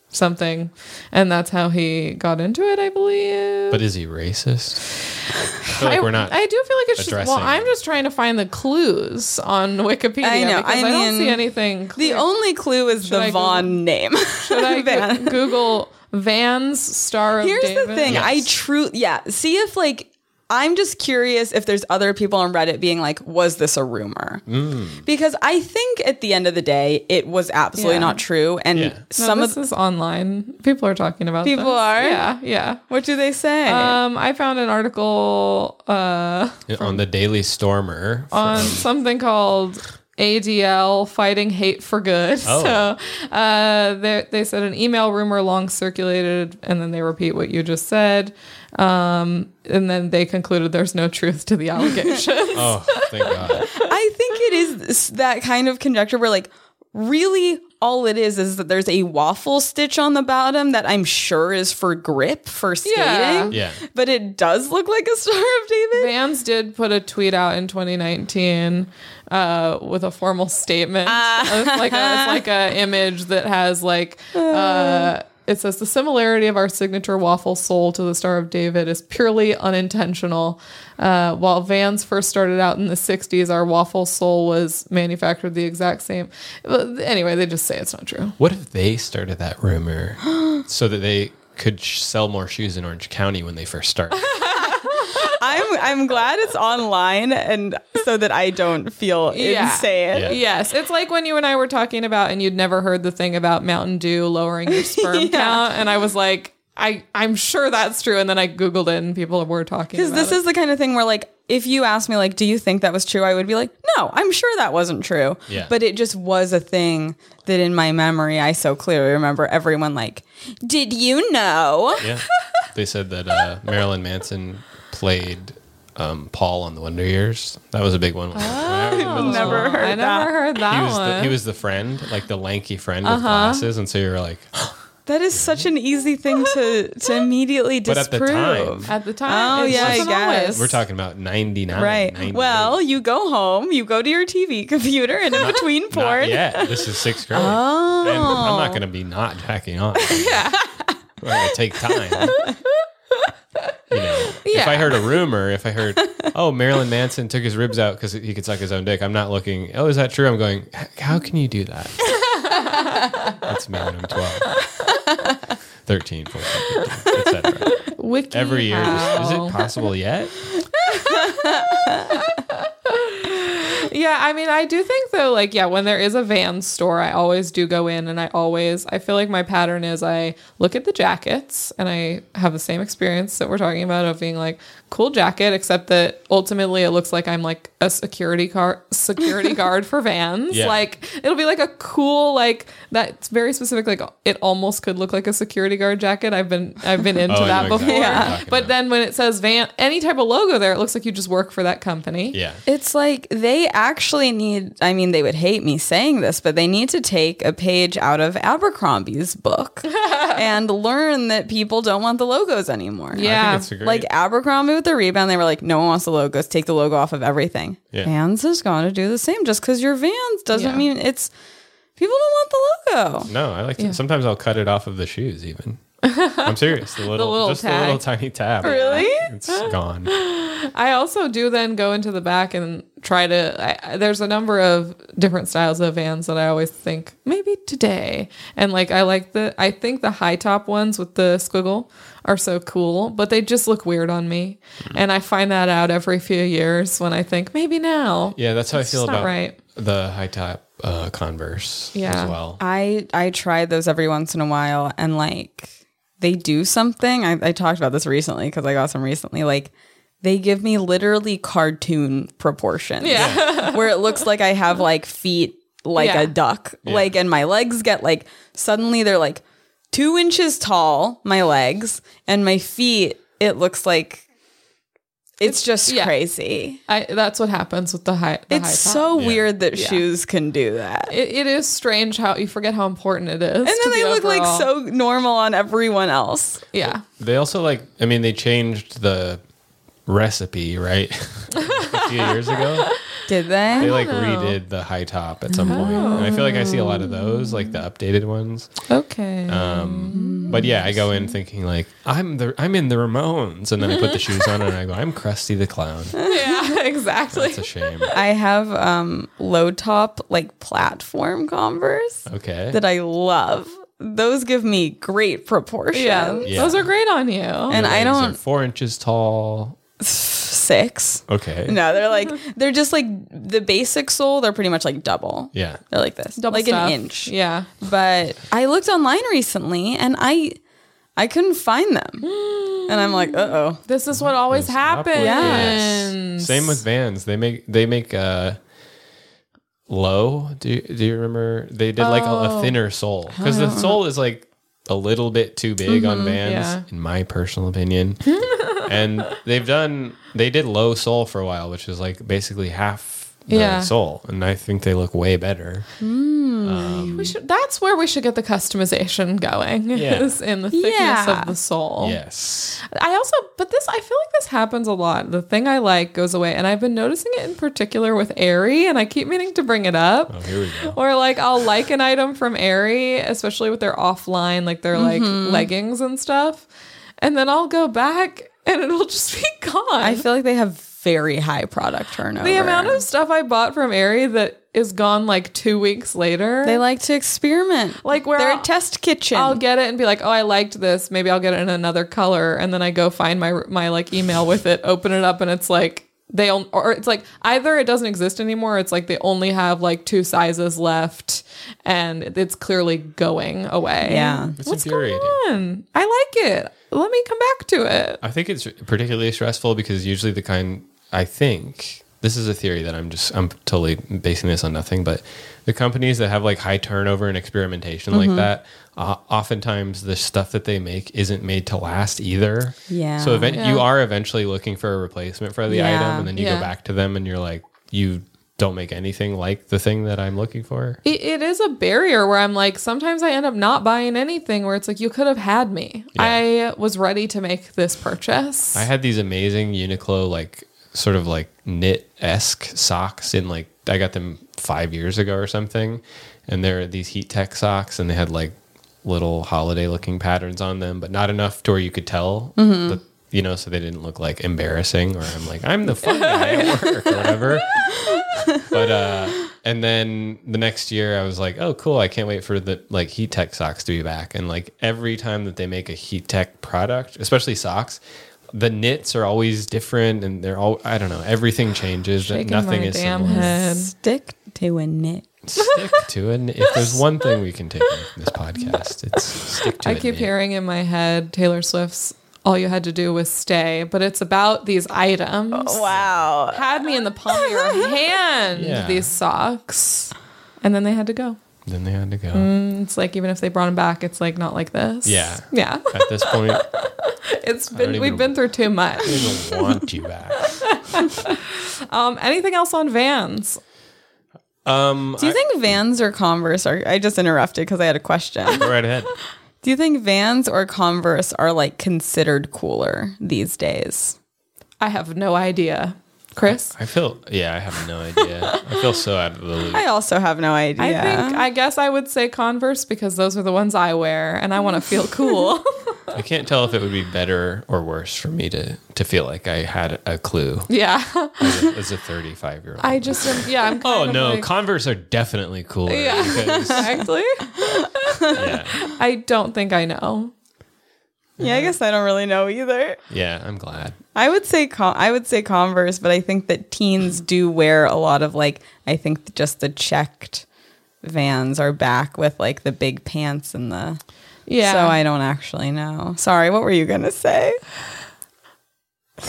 something, and that's how he got into it, I believe. But is he racist? I feel like I, we're not. I do feel like it's just. Well, addressing- I'm just trying to find the clues on Wikipedia. I know, Because I, I don't mean, see anything. the Clear. only clue is I the Vaughn name. Should I Van. go- Google Vans Star of Here's the David? thing. I Yes. true yeah, see if like I'm just curious if there's other people on Reddit being like, was this a rumor? Mm. Because I think at the end of the day, it was absolutely Yeah. not true. And Yeah. No, some this of is online. People are talking about. People this. are? Yeah, yeah. what do they say? Um, I found an article uh, on the Daily Stormer. on something called ADL Fighting Hate for Good. Oh. So uh, they, they said an email rumor long circulated, and then they repeat what you just said. Um, and then they concluded there's no truth to the allegation. oh, thank God. I think it is this- that kind of conjecture where, like, really all it is is that there's a waffle stitch on the bottom that I'm sure is for grip for skating. Yeah. Yeah. But it does look like a Star of David. Vans did put a tweet out in 2019 uh, with a formal statement. it's like a, it's like a image that has like uh, it says the similarity of our signature waffle sole to the Star of David is purely unintentional. Uh, while Vans first started out in the 60s, our waffle sole was manufactured the exact same. But anyway, they just say it's not true. What if they started that rumor so that they could sh- sell more shoes in Orange County when they first started? I'm I'm glad it's online and so that I don't feel Yeah. insane. Yeah. Yes, it's like when you and I were talking about, and you'd never heard the thing about Mountain Dew lowering your sperm count, and I was like, I I'm sure that's true, and then I googled it, and people were talking Because about this it. is the kind of thing where, like, if you asked me, like, do you think that was true? I would be like, no, I'm sure that wasn't true. Yeah. But it just was a thing that in my memory, I so clearly remember everyone, like, did you know? Yeah. They said that uh, Marilyn Manson played um, Paul on The Wonder Years. That was a big one. when I was in middle school. never heard I never that. heard Oh, that He was, one. the, he was the friend, like the lanky friend with glasses. And so you were like, That is such an easy thing to, to immediately But at the disprove. time- at the time. Oh, it yeah, I wasn't guess. always. we're talking about 99. Right. 98. Well, you go home, you go to your TV computer, and in between Not porn. yet. This is sixth grade. Oh. And I'm not going to be not jacking off. Yeah. We're going to take time. You know, if I Yeah. heard a rumor, if I heard, oh, Marilyn Manson took his ribs out because he could suck his own dick, I'm not looking, oh, is that true? I'm going, "H- how can you do that? That's me when I'm 12, 13, 14, 15, etc. Wiki Every year. just, is how. it possible yet? Yeah, I mean, I do think though, like, yeah, when there is a van store, I always do go in and I always, I feel like my pattern is I look at the jackets and I have the same experience that we're talking about of being like, cool jacket, except that ultimately it looks like I'm like a security car, security guard for vans. Yeah. Like, it'll be like a cool, like, that's very specific. Like, it almost could look like a security guard jacket. I've been, I've been into Oh, I that know exactly before. what you're talking But about. then when it says van, any type of logo there, it looks like you just work for that company. Yeah. It's like they actually need, I mean, they would hate me saying this, but they need to take a page out of Abercrombie's book and learn that people don't want the logos anymore. Yeah. I think it's a great. Like Abercrombie with the rebound, they were like, no one wants the logos. Take the logo off of everything. Yeah. Vans is going to do the same. Just because you're Vans doesn't Yeah. mean it's people don't want the logo. no, I like. To, Sometimes I'll cut it off of the shoes. Even I'm serious. The little, little just the little tag. tiny tab. Really? It's gone. I also do then go into the back and try to. I, I- there's a number of different styles of vans that I always think maybe today. And like I like the, I think the high top ones with the squiggle are so cool, but they just look weird on me. Mm-hmm. And I find that out every few years when I think maybe now. Yeah, that's how I feel just not about right. the high top uh, Converse Yeah. as well. I I try those every once in a while, and like they do something. I, I talked about this recently because I got some recently. Like they give me literally cartoon proportions, yeah, where it looks like I have like feet like Yeah. a duck, like, and my legs get like suddenly they're like two inches tall, my legs, and my feet. It looks like it's just yeah. crazy. I that's what happens with the high. The high It's top. so Yeah. weird that shoes can do that. It, it is strange how you forget how important it is. And then they look like so normal on everyone else. Yeah. They also like, I mean, they changed the recipe, right? a few years ago, Did they they? Oh. like redid the high top at some point, and I feel like I see a lot of those, like the updated ones. Okay. Um, but yeah, I go in thinking like I'm the I'm in the Ramones, and then I put the shoes on and I go I'm Krusty the Clown. yeah. Exactly. That's a shame. I have um low top like platform Converse Okay, that I love. Those give me great proportion. Yeah, Yeah. Those are great on you. And I Legs are don't four inches tall. six. Okay, No, they're like they're just like the basic sole. They're pretty much like double. yeah, They're like this, Double like stuff. an inch. Yeah. But I looked online recently and I I couldn't find them, and I'm like, uh oh. This is what always Stop with happens. this. Same with Vans. They make they make uh low. Do you, do you remember they did like a, a Oh. thinner sole because the sole is like a little bit too big on Vans Mm-hmm. yeah. in my personal opinion. and they've done they did low sole for a while, which is like basically half the Yeah. sole, and I think they look way better. We should, that's where we should get the customization going. Yeah. Is in the thickness Yeah. of the sole. Yes, I also, but this, I feel like this happens a lot. The thing I like goes away, and I've been noticing it in particular with Aerie, and I keep meaning to bring it up. Oh, here we go. Or like I'll like an item from Aerie, especially with their offline, like their like Mm-hmm. leggings and stuff, and then I'll go back and it'll just be gone. I feel like they have very high product turnover. the amount of stuff I bought from Aerie that is gone like two weeks later. They like to experiment. Like, where they're I'll- a test kitchen. I'll get it and be like, oh, I liked this. Maybe I'll get it in another color, and then I go find my my like email with it, open it up, and it's like they on- or it's like either it doesn't exist anymore. or It's like they only have like two sizes left, and it's clearly going away. Yeah. It's what's infuriating. going on? I like it. Let me come back to it. I think it's particularly stressful because usually the kind I think this is a theory that I'm just I'm totally basing this on nothing, but the companies that have like high turnover and experimentation Mm-hmm. like that, uh, oftentimes the stuff that they make isn't made to last either. Yeah. So event- you Yeah. are eventually looking for a replacement for the Yeah. item, and then you go Yeah. back to them and you're like, you don't make anything like the thing that I'm looking for. it, it is a barrier where I'm like, sometimes I end up not buying anything where it's like, you could have had me. I was ready to make this purchase. I had these amazing Uniqlo like sort of like knit esque socks in like I got them five years ago or something, and they're these heat tech socks, and they had like little holiday looking patterns on them, but not enough to where you could tell. But, you know, so they didn't look like embarrassing or I'm like, I'm the fun guy at work or whatever. but uh and then the next year I was like, oh cool, I can't wait for the like heat tech socks to be back. And like every time that they make a heat tech product, especially socks, the knits are always different and they're all I don't know, everything changes. That Shaking nothing my is damn similar. head. Stick to a knit. Stick to it. If there's one thing we can take away from this podcast, it's stick to I it. keep mate. hearing in my head Taylor Swift's All You Had to Do Was Stay, but it's about these items. Oh, Wow. Had me in the palm of your hand, Yeah. these socks. And then they had to go. Then they had to go. And It's like, even if they brought them back, it's like not like this. Yeah. Yeah. At this point, I It's don't been, even- we've been through too much. don't want you back. Um, anything else on vans? Um, Do you think Vans or Converse are? I just interrupted because I had a question. I, go right ahead. Do you think Vans or Converse are like considered cooler these days? I have no idea. Chris? I feel, yeah, I have no idea. I feel so out of the loop. I also have no idea. I think I guess I would say Converse because those are the ones I wear and I want to feel cool. I can't tell if it would be better or worse for me to to feel like I had a clue yeah. as a- as a 35 year old. I just am, yeah, I'm kind Oh of no, like- Converse are definitely cooler. Yeah. because- Actually, yeah, I don't think I know. yeah, I guess I don't really know either. yeah, I'm glad. I would say con- I would say Converse, but I think that teens do wear a lot of like I think just the checked Vans are back with like the big pants and the Yeah. So I don't actually know. Sorry, what were you gonna say?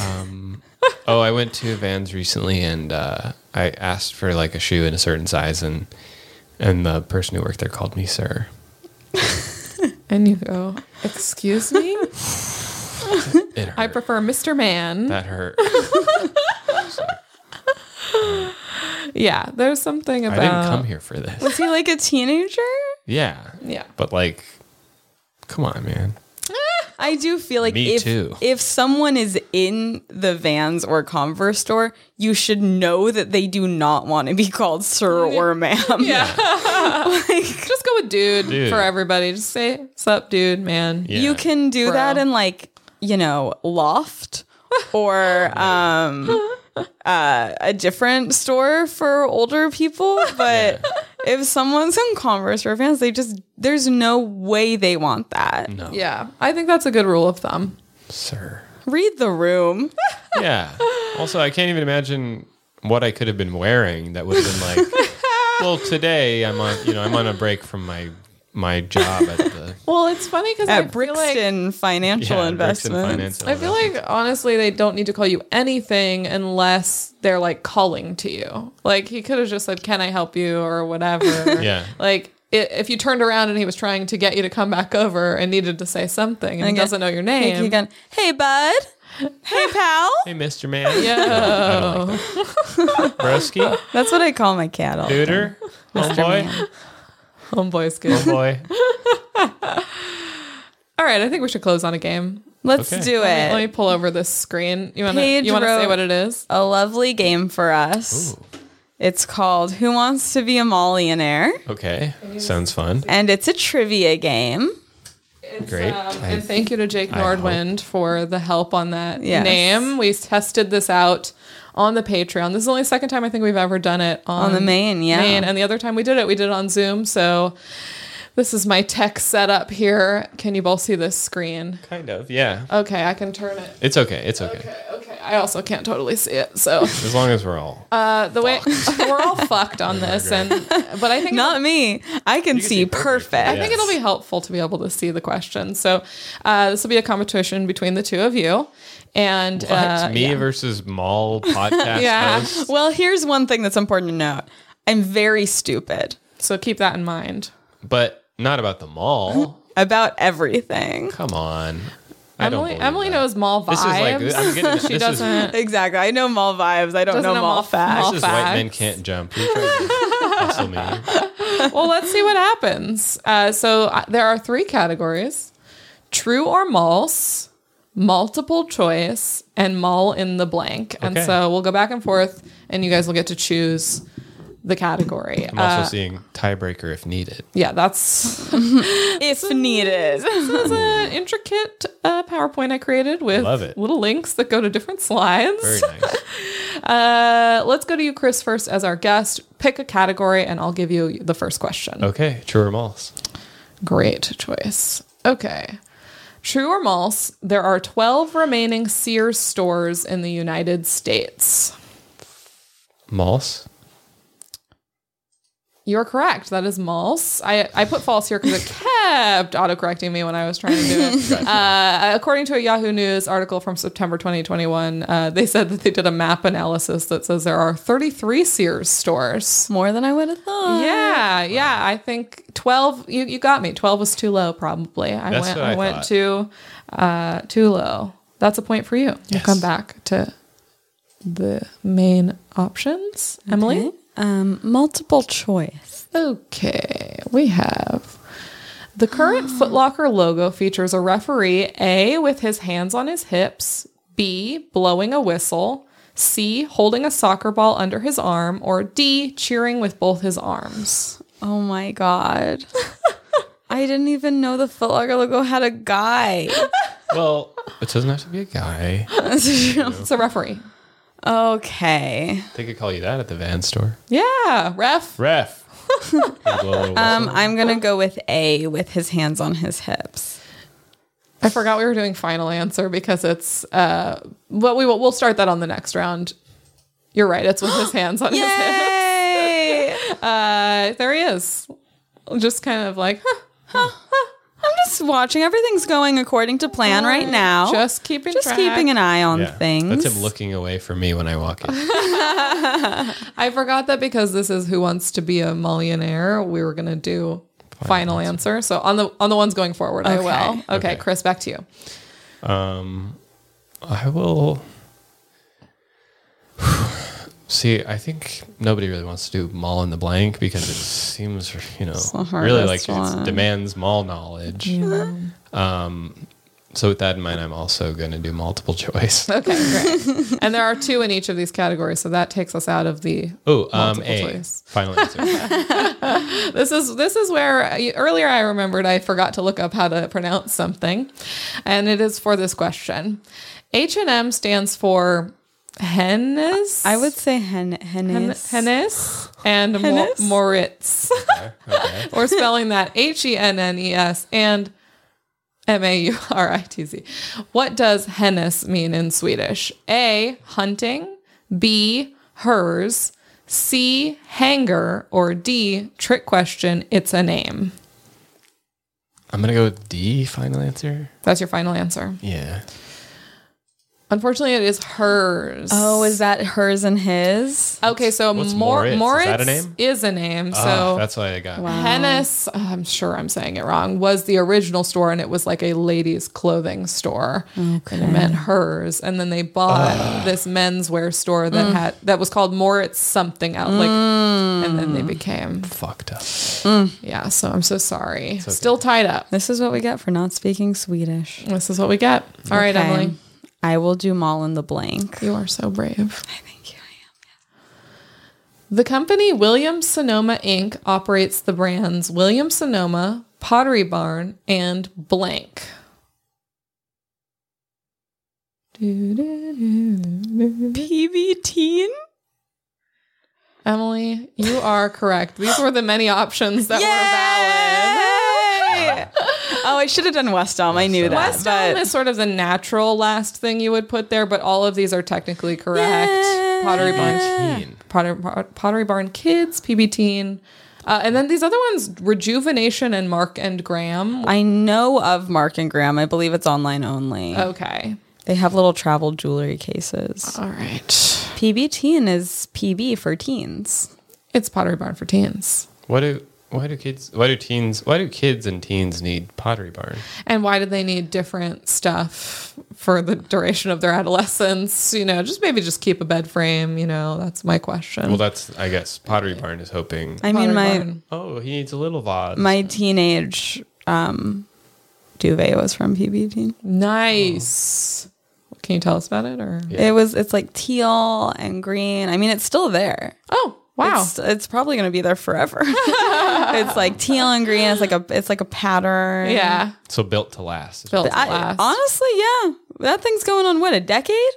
Um, oh, I went to Vans recently and uh, I asked for like a shoe in a certain size and and the person who worked there called me sir. and you go, "Excuse me? It hurt. I prefer Mr. Man." that hurt. yeah, there's something I about didn't come here for this. Was he like a teenager? Yeah, Yeah. but like, come on, man. I do feel like Me if too. if someone is in the Vans or Converse store, you should know that they do not want to be called sir or ma'am. Yeah. just go with dude, Dude. for everybody. Just say, "Sup, dude, man." Yeah. You can do Bro. that in like, you know, loft or um uh, a different store for older people, but if someone's in Converse or Vans, they just there's no way they want that. No, Yeah, I think that's a good rule of thumb. sir. Read the room. Yeah. Also, I can't even imagine what I could have been wearing that would have been like. well, today I'm on. You know, I'm on a break from my my job at the Well, it's funny because I At feel like Brixton Financial yeah, Brixton Investments. Finance and I feel like honestly they don't need to call you anything unless they're like calling to you. Like he could have just said, "Can I help you?" or whatever. Yeah. Like i if you turned around and he was trying to get you to come back over and needed to say something and he Again- doesn't know your Like, name. again, hey bud. Hey pal. Hey, Mr. Man. Yo. I don't like that. Broski, That's what I call my cat all the time. Duder, Homeboy, Homeboy's good. Homeboy. All right, I think we should close on a game. Let's Okay. do Let me, let me it. pull over this screen. You want to Paige you want to say wrote- what it is? A lovely game for us. Ooh, It's called Who Wants to Be a Millionaire? Okay. Sounds fun. And it's a trivia game. Great. I- um, And thank you to Jake I hope- Nordwind for the help on that Yes. name. We tested this out on the Patreon. This is the only second time I think we've ever done it on, On the main, yeah. Mm. Main. And the other time we did it, we did it on Zoom. So this is my tech setup here. Can you both see this screen? kind of. Yeah. Okay, I can turn it. It's okay. It's okay. Okay, okay. I also can't totally see it. So As long as we're all. uh, the way we're all fucked on this, and but I think Not me. I can, see, see perfect. perfect, I think it'll be helpful to be able to see the questions. So uh, this will be a competition between the two of you, and What? uh, me yeah. versus Mall podcast Yeah. host. Well, here's one thing that's important to note. I'm very stupid So keep that in mind. but not about the mall. about everything. Come on. I don't Emily, believe Emily that. knows mall vibes. This is like I'm she getting. this Is, doesn't. Exactly. I know mall vibes. I don't Doesn't know know mall mall- facts. mall- this is white men facts. can't jump. You're trying to hustle me. well, let's see what happens. Uh, so uh, there are three categories: true or false, multiple choice, and mall in the blank. And Okay. so we'll go back and forth, and you guys will get to choose the category. I'm also Uh, seeing tiebreaker if needed. yeah, that's if needed. This is an intricate uh, PowerPoint I created with Love it. little links that go to different slides. Very nice. Uh, let's go to you, Chris, first as our guest. Pick a category, and I'll give you the first question. Okay, true or false? Great choice. Okay. True or false, there are 12 remaining Sears stores in the United States. Malls? You're correct. That is Malse. I, I put false here because it kept autocorrecting me when I was trying to do it. Uh, according to a Yahoo News article from September 2021, uh, they said that they did a map analysis that says there are 33 Sears stores. More than I would have thought. Yeah, yeah. I think 12, you, you got me. 12 was too low, probably. I That's went, what I I went thought. too, uh, too low. That's a point for you. We'll Yes. come back to the main options. Emily? Um, multiple choice. Okay, we have. The current Foot Locker logo features a referee A with his hands on his hips, B blowing a whistle, C holding a soccer ball under his arm, or D cheering with both his arms. Oh my god. I didn't even know the Foot Locker logo had a guy. Well, it doesn't have to be a guy. It's a referee. okay. They could call you that at the van store. Yeah, ref. Ref. um, Um, I'm gonna go with A with his hands on his hips. I forgot we were doing final answer because it's uh but we will we'll start that on the next round. You're right, it's with his hands on his hips. Yay! Uh, there he is. Just kind of like, huh, I'm just watching. Everything's going according to plan right now. Just, just keeping track. keeping an eye on things. That's him looking away from me when I walk in. I forgot that because this is Who Wants to Be a Millionaire, we were gonna do final, answer. So on the on the ones going forward, I Okay. will. Okay, Okay. Chris, back to you. I will. See, I think nobody really wants to do mall in the blank because it seems, you know, the really like hardest one. it demands mall knowledge. Um, so with that in mind, I'm also going to do multiple choice. Okay, great. and there are two in each of these categories, so that takes us out of the. Oh, um, Multiple a choice. final answer. This is this is where I- earlier I remembered I forgot to look up how to pronounce something, and it is for this question. H and M stands for Hennes. I would say hen hennis. Hennes and Mo- Hennes? Moritz. okay. We're spelling that H E N N E S and M A U R I T Z. What does hennes mean in Swedish? A. Hunting. B. Hers. C. Hanger. Or D. Trick question. It's a name. I'm going to go with D, final answer. That's your final answer. Yeah. Unfortunately, it is hers. Oh, is that hers and his? okay. So What's Mor- Moritz? Moritz, Is that a name? is a name. So Ah, that's why I got. Hennes, I'm sure I'm saying it wrong, was the original store and it was like a ladies' clothing store. And it meant hers. And then they bought this menswear store Mm. that had that was called Moritz something out like and then they became Fucked up. yeah, so I'm so sorry. Still tied up. This is what we get for not speaking Swedish. This is what we get. All right, Okay. Emily. Um, I will do mall in the blank. You are so brave. Thank you. The company Williams Sonoma Inc. operates the brands Williams Sonoma, Pottery Barn, and Blank. PB Teen? Emily, you are correct. These were the many options that Yay! oh, I should have done West Elm. I knew that. were valid. West Elm but- is sort of the natural last thing you would put there, but all of these are technically correct. Pottery Barn, Teen. Potter, Pot- Pottery Barn Kids, PB Teen, uh, and then these other ones, Rejuvenation and Mark and Graham. I know of Mark and Graham. I believe it's online only. Okay, They have little travel jewelry cases. all right. PB Teen is PB for teens. It's Pottery Barn for teens. Why do why do kids why do teens why do kids and teens need Pottery Barn? And why did they need different stuff for the duration of their adolescence? You know, just maybe just keep a bed frame. You know, that's my question. Well, that's I guess Pottery Barn is hoping. I mean, Pottery my Barn. Oh, he needs a little vase. my teenage um, duvet was from PB Teen. Nice. Can you tell us about it or? It was. It's like teal and green. I mean, it's still there. Oh, wow. It's, it's probably going to be there forever. it's like teal and green. It's like a. It's like a pattern. yeah. so built to last. Built to I- last. honestly, yeah. That thing's going on what a decade.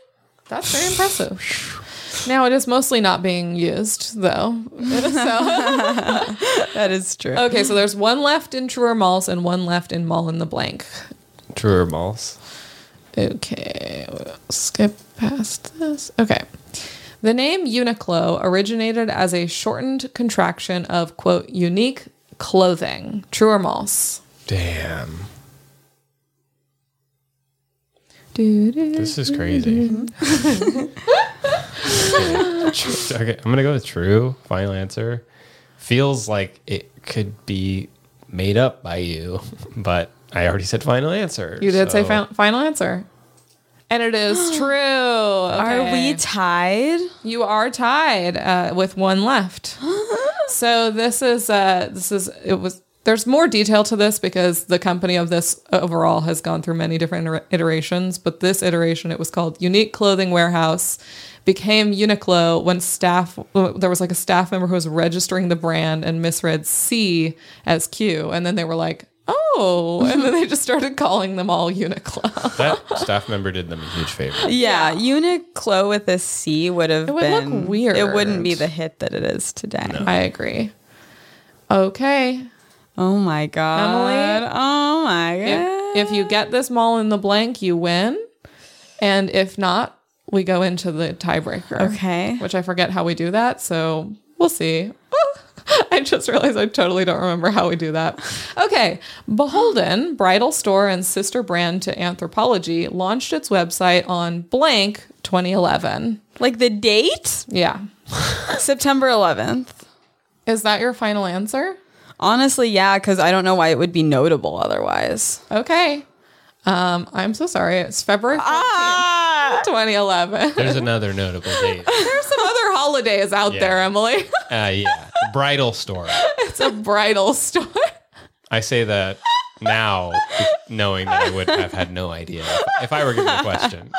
That's very impressive. Now it is mostly not being used though. So That is true. okay, so there's one left in Truer Malls and one left in Mall in the Blank. Truer malls. Okay, we'll skip past this. Okay. The name Uniqlo originated as a shortened contraction of quote unique clothing. True or false? Damn, Doo-doo. this is crazy. Tru- okay, I'm gonna go with true. Final answer. Feels like it could be made up by you, but I already said final answer. You did say so- fin- final answer. And it is true. Are we Okay. tied? You are tied uh, with one left. so this is uh, this is it was. There's more detail to this because the company of this overall has gone through many different iter- iterations, but this iteration it was called Unique Clothing Warehouse, became Uniqlo when staff uh, there was like a staff member who was registering the brand and misread C as Q, and then they were like, oh, and then they just started calling them all Uniqlo. That staff member did them a huge favor. Yeah, Uniqlo with a C would have It would look been weird. It wouldn't be the hit that it is today. I agree. Okay, Oh my god, Emily? Oh my god. if, if you get this mall in the blank, you win. And if not, we go into the tiebreaker. Okay. Which I forget how we do that. So we'll see. I just realized I totally don't remember how we do that. Okay. Beholden, bridal store and sister brand to Anthropology, launched its website on blank 2011. like the date, Yeah. September 11th. Is that your final answer? Honestly, yeah, because I don't know why it would be notable otherwise. Okay. Um, I'm so sorry. It's February 14th, Ah! 2011. There's another notable date. There's some other holidays out there, Emily. Uh, yeah, bridal store. it's a bridal store. I say that now, knowing that I would have had no idea if I were given the question.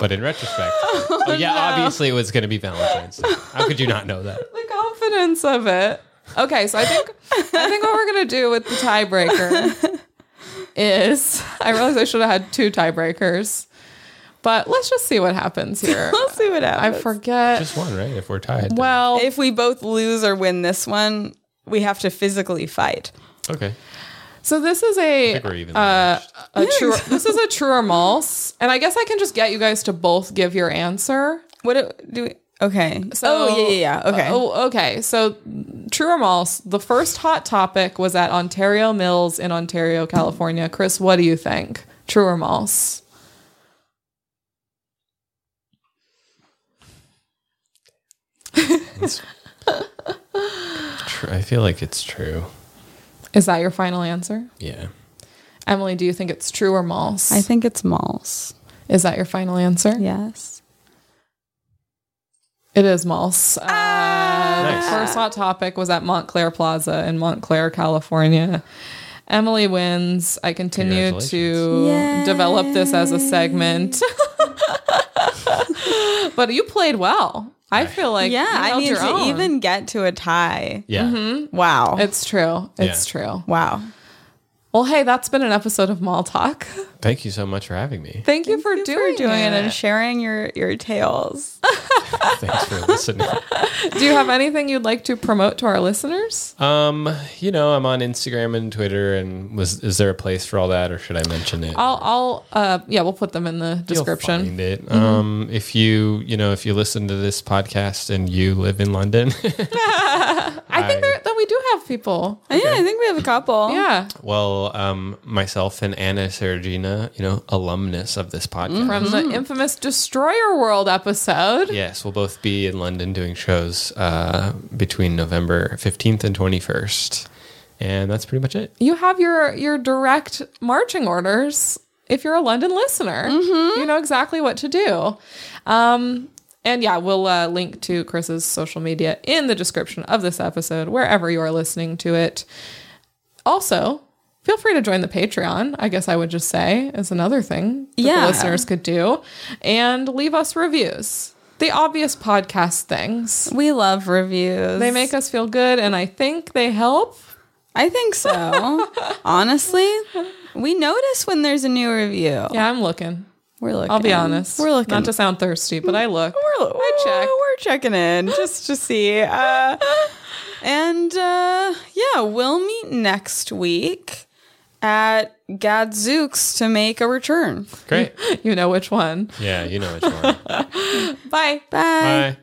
But in retrospect, oh yeah, obviously it was going to be Valentine's Day. How could you not know that? The confidence of it. Okay, so I think I think what we're gonna do with the tiebreaker is I realize I should have had two tiebreakers, but let's just see what happens here. We'll see what I happens. forget. Just one, right? If we're tied. then- well, if we both lose or win this one, we have to physically fight. okay. so this is I a think we're even. uh, matched. a true. This is a true or false, and I guess I can just get you guys to both give your answer. What do- do we? Okay. So- oh yeah, yeah, yeah. Okay. Oh, okay. So, true or false? The first hot topic was at Ontario Mills in Ontario, California. Chris, what do you think? True or false? It's tr- I feel like it's true. Is that your final answer, Yeah. Emily? Do you think it's true or false? I think it's malls. Is that your final answer? Yes. It is false. Uh, Ah! Nice. The first hot topic was at Montclair Plaza in Montclair, California. Emily wins. I continue to Congratulations. develop this as a segment. but you played well. I feel like yeah, you I held mean your to own. even get to a tie. Yeah. Mm-hmm. Wow. It's true. It's Yeah. true. wow. Well, hey, that's been an episode of Mall Talk. Thank you so much for having me. Thank you for You're doing, doing it and it. sharing your your tales. Thanks for listening. Do you have anything you'd like to promote to our listeners? Um, you know, I'm on Instagram and Twitter, and was is there a place for all that, or should I mention it? I'll, I'll, uh, yeah, we'll put them in the You'll description. find it. Um, if you, you know, if you listen to this podcast and you live in London, I think I- there, that we do have people. Yeah, I think we have a couple. Yeah, well, um, myself and Anna Sergina, you know, alumnus of this podcast. from the infamous Destroyer World episode. Yes, we'll both be in London doing shows uh, between November 15th and 21st. And that's pretty much it. You have your your direct marching orders if you're a London listener. You know exactly what to do. Um, and yeah, we'll uh, link to Chris's social media in the description of this episode, wherever you are listening to it. Also, feel free to join the Patreon. I guess I would just say is another thing that Yeah. the listeners could do, and leave us reviews. The obvious podcast things. We love reviews. They make us feel good, and I think they help. I think so. Honestly, we notice when there's a new review. Yeah, I'm looking. We're looking. I'll be honest. We're looking. Not to sound thirsty, but I look. we're, I check. We're checking in just to see. Uh, and uh, yeah, we'll meet next week at Gadzooks to make a return. Great. You know which one. Yeah, you know which one. Bye. Bye. Bye.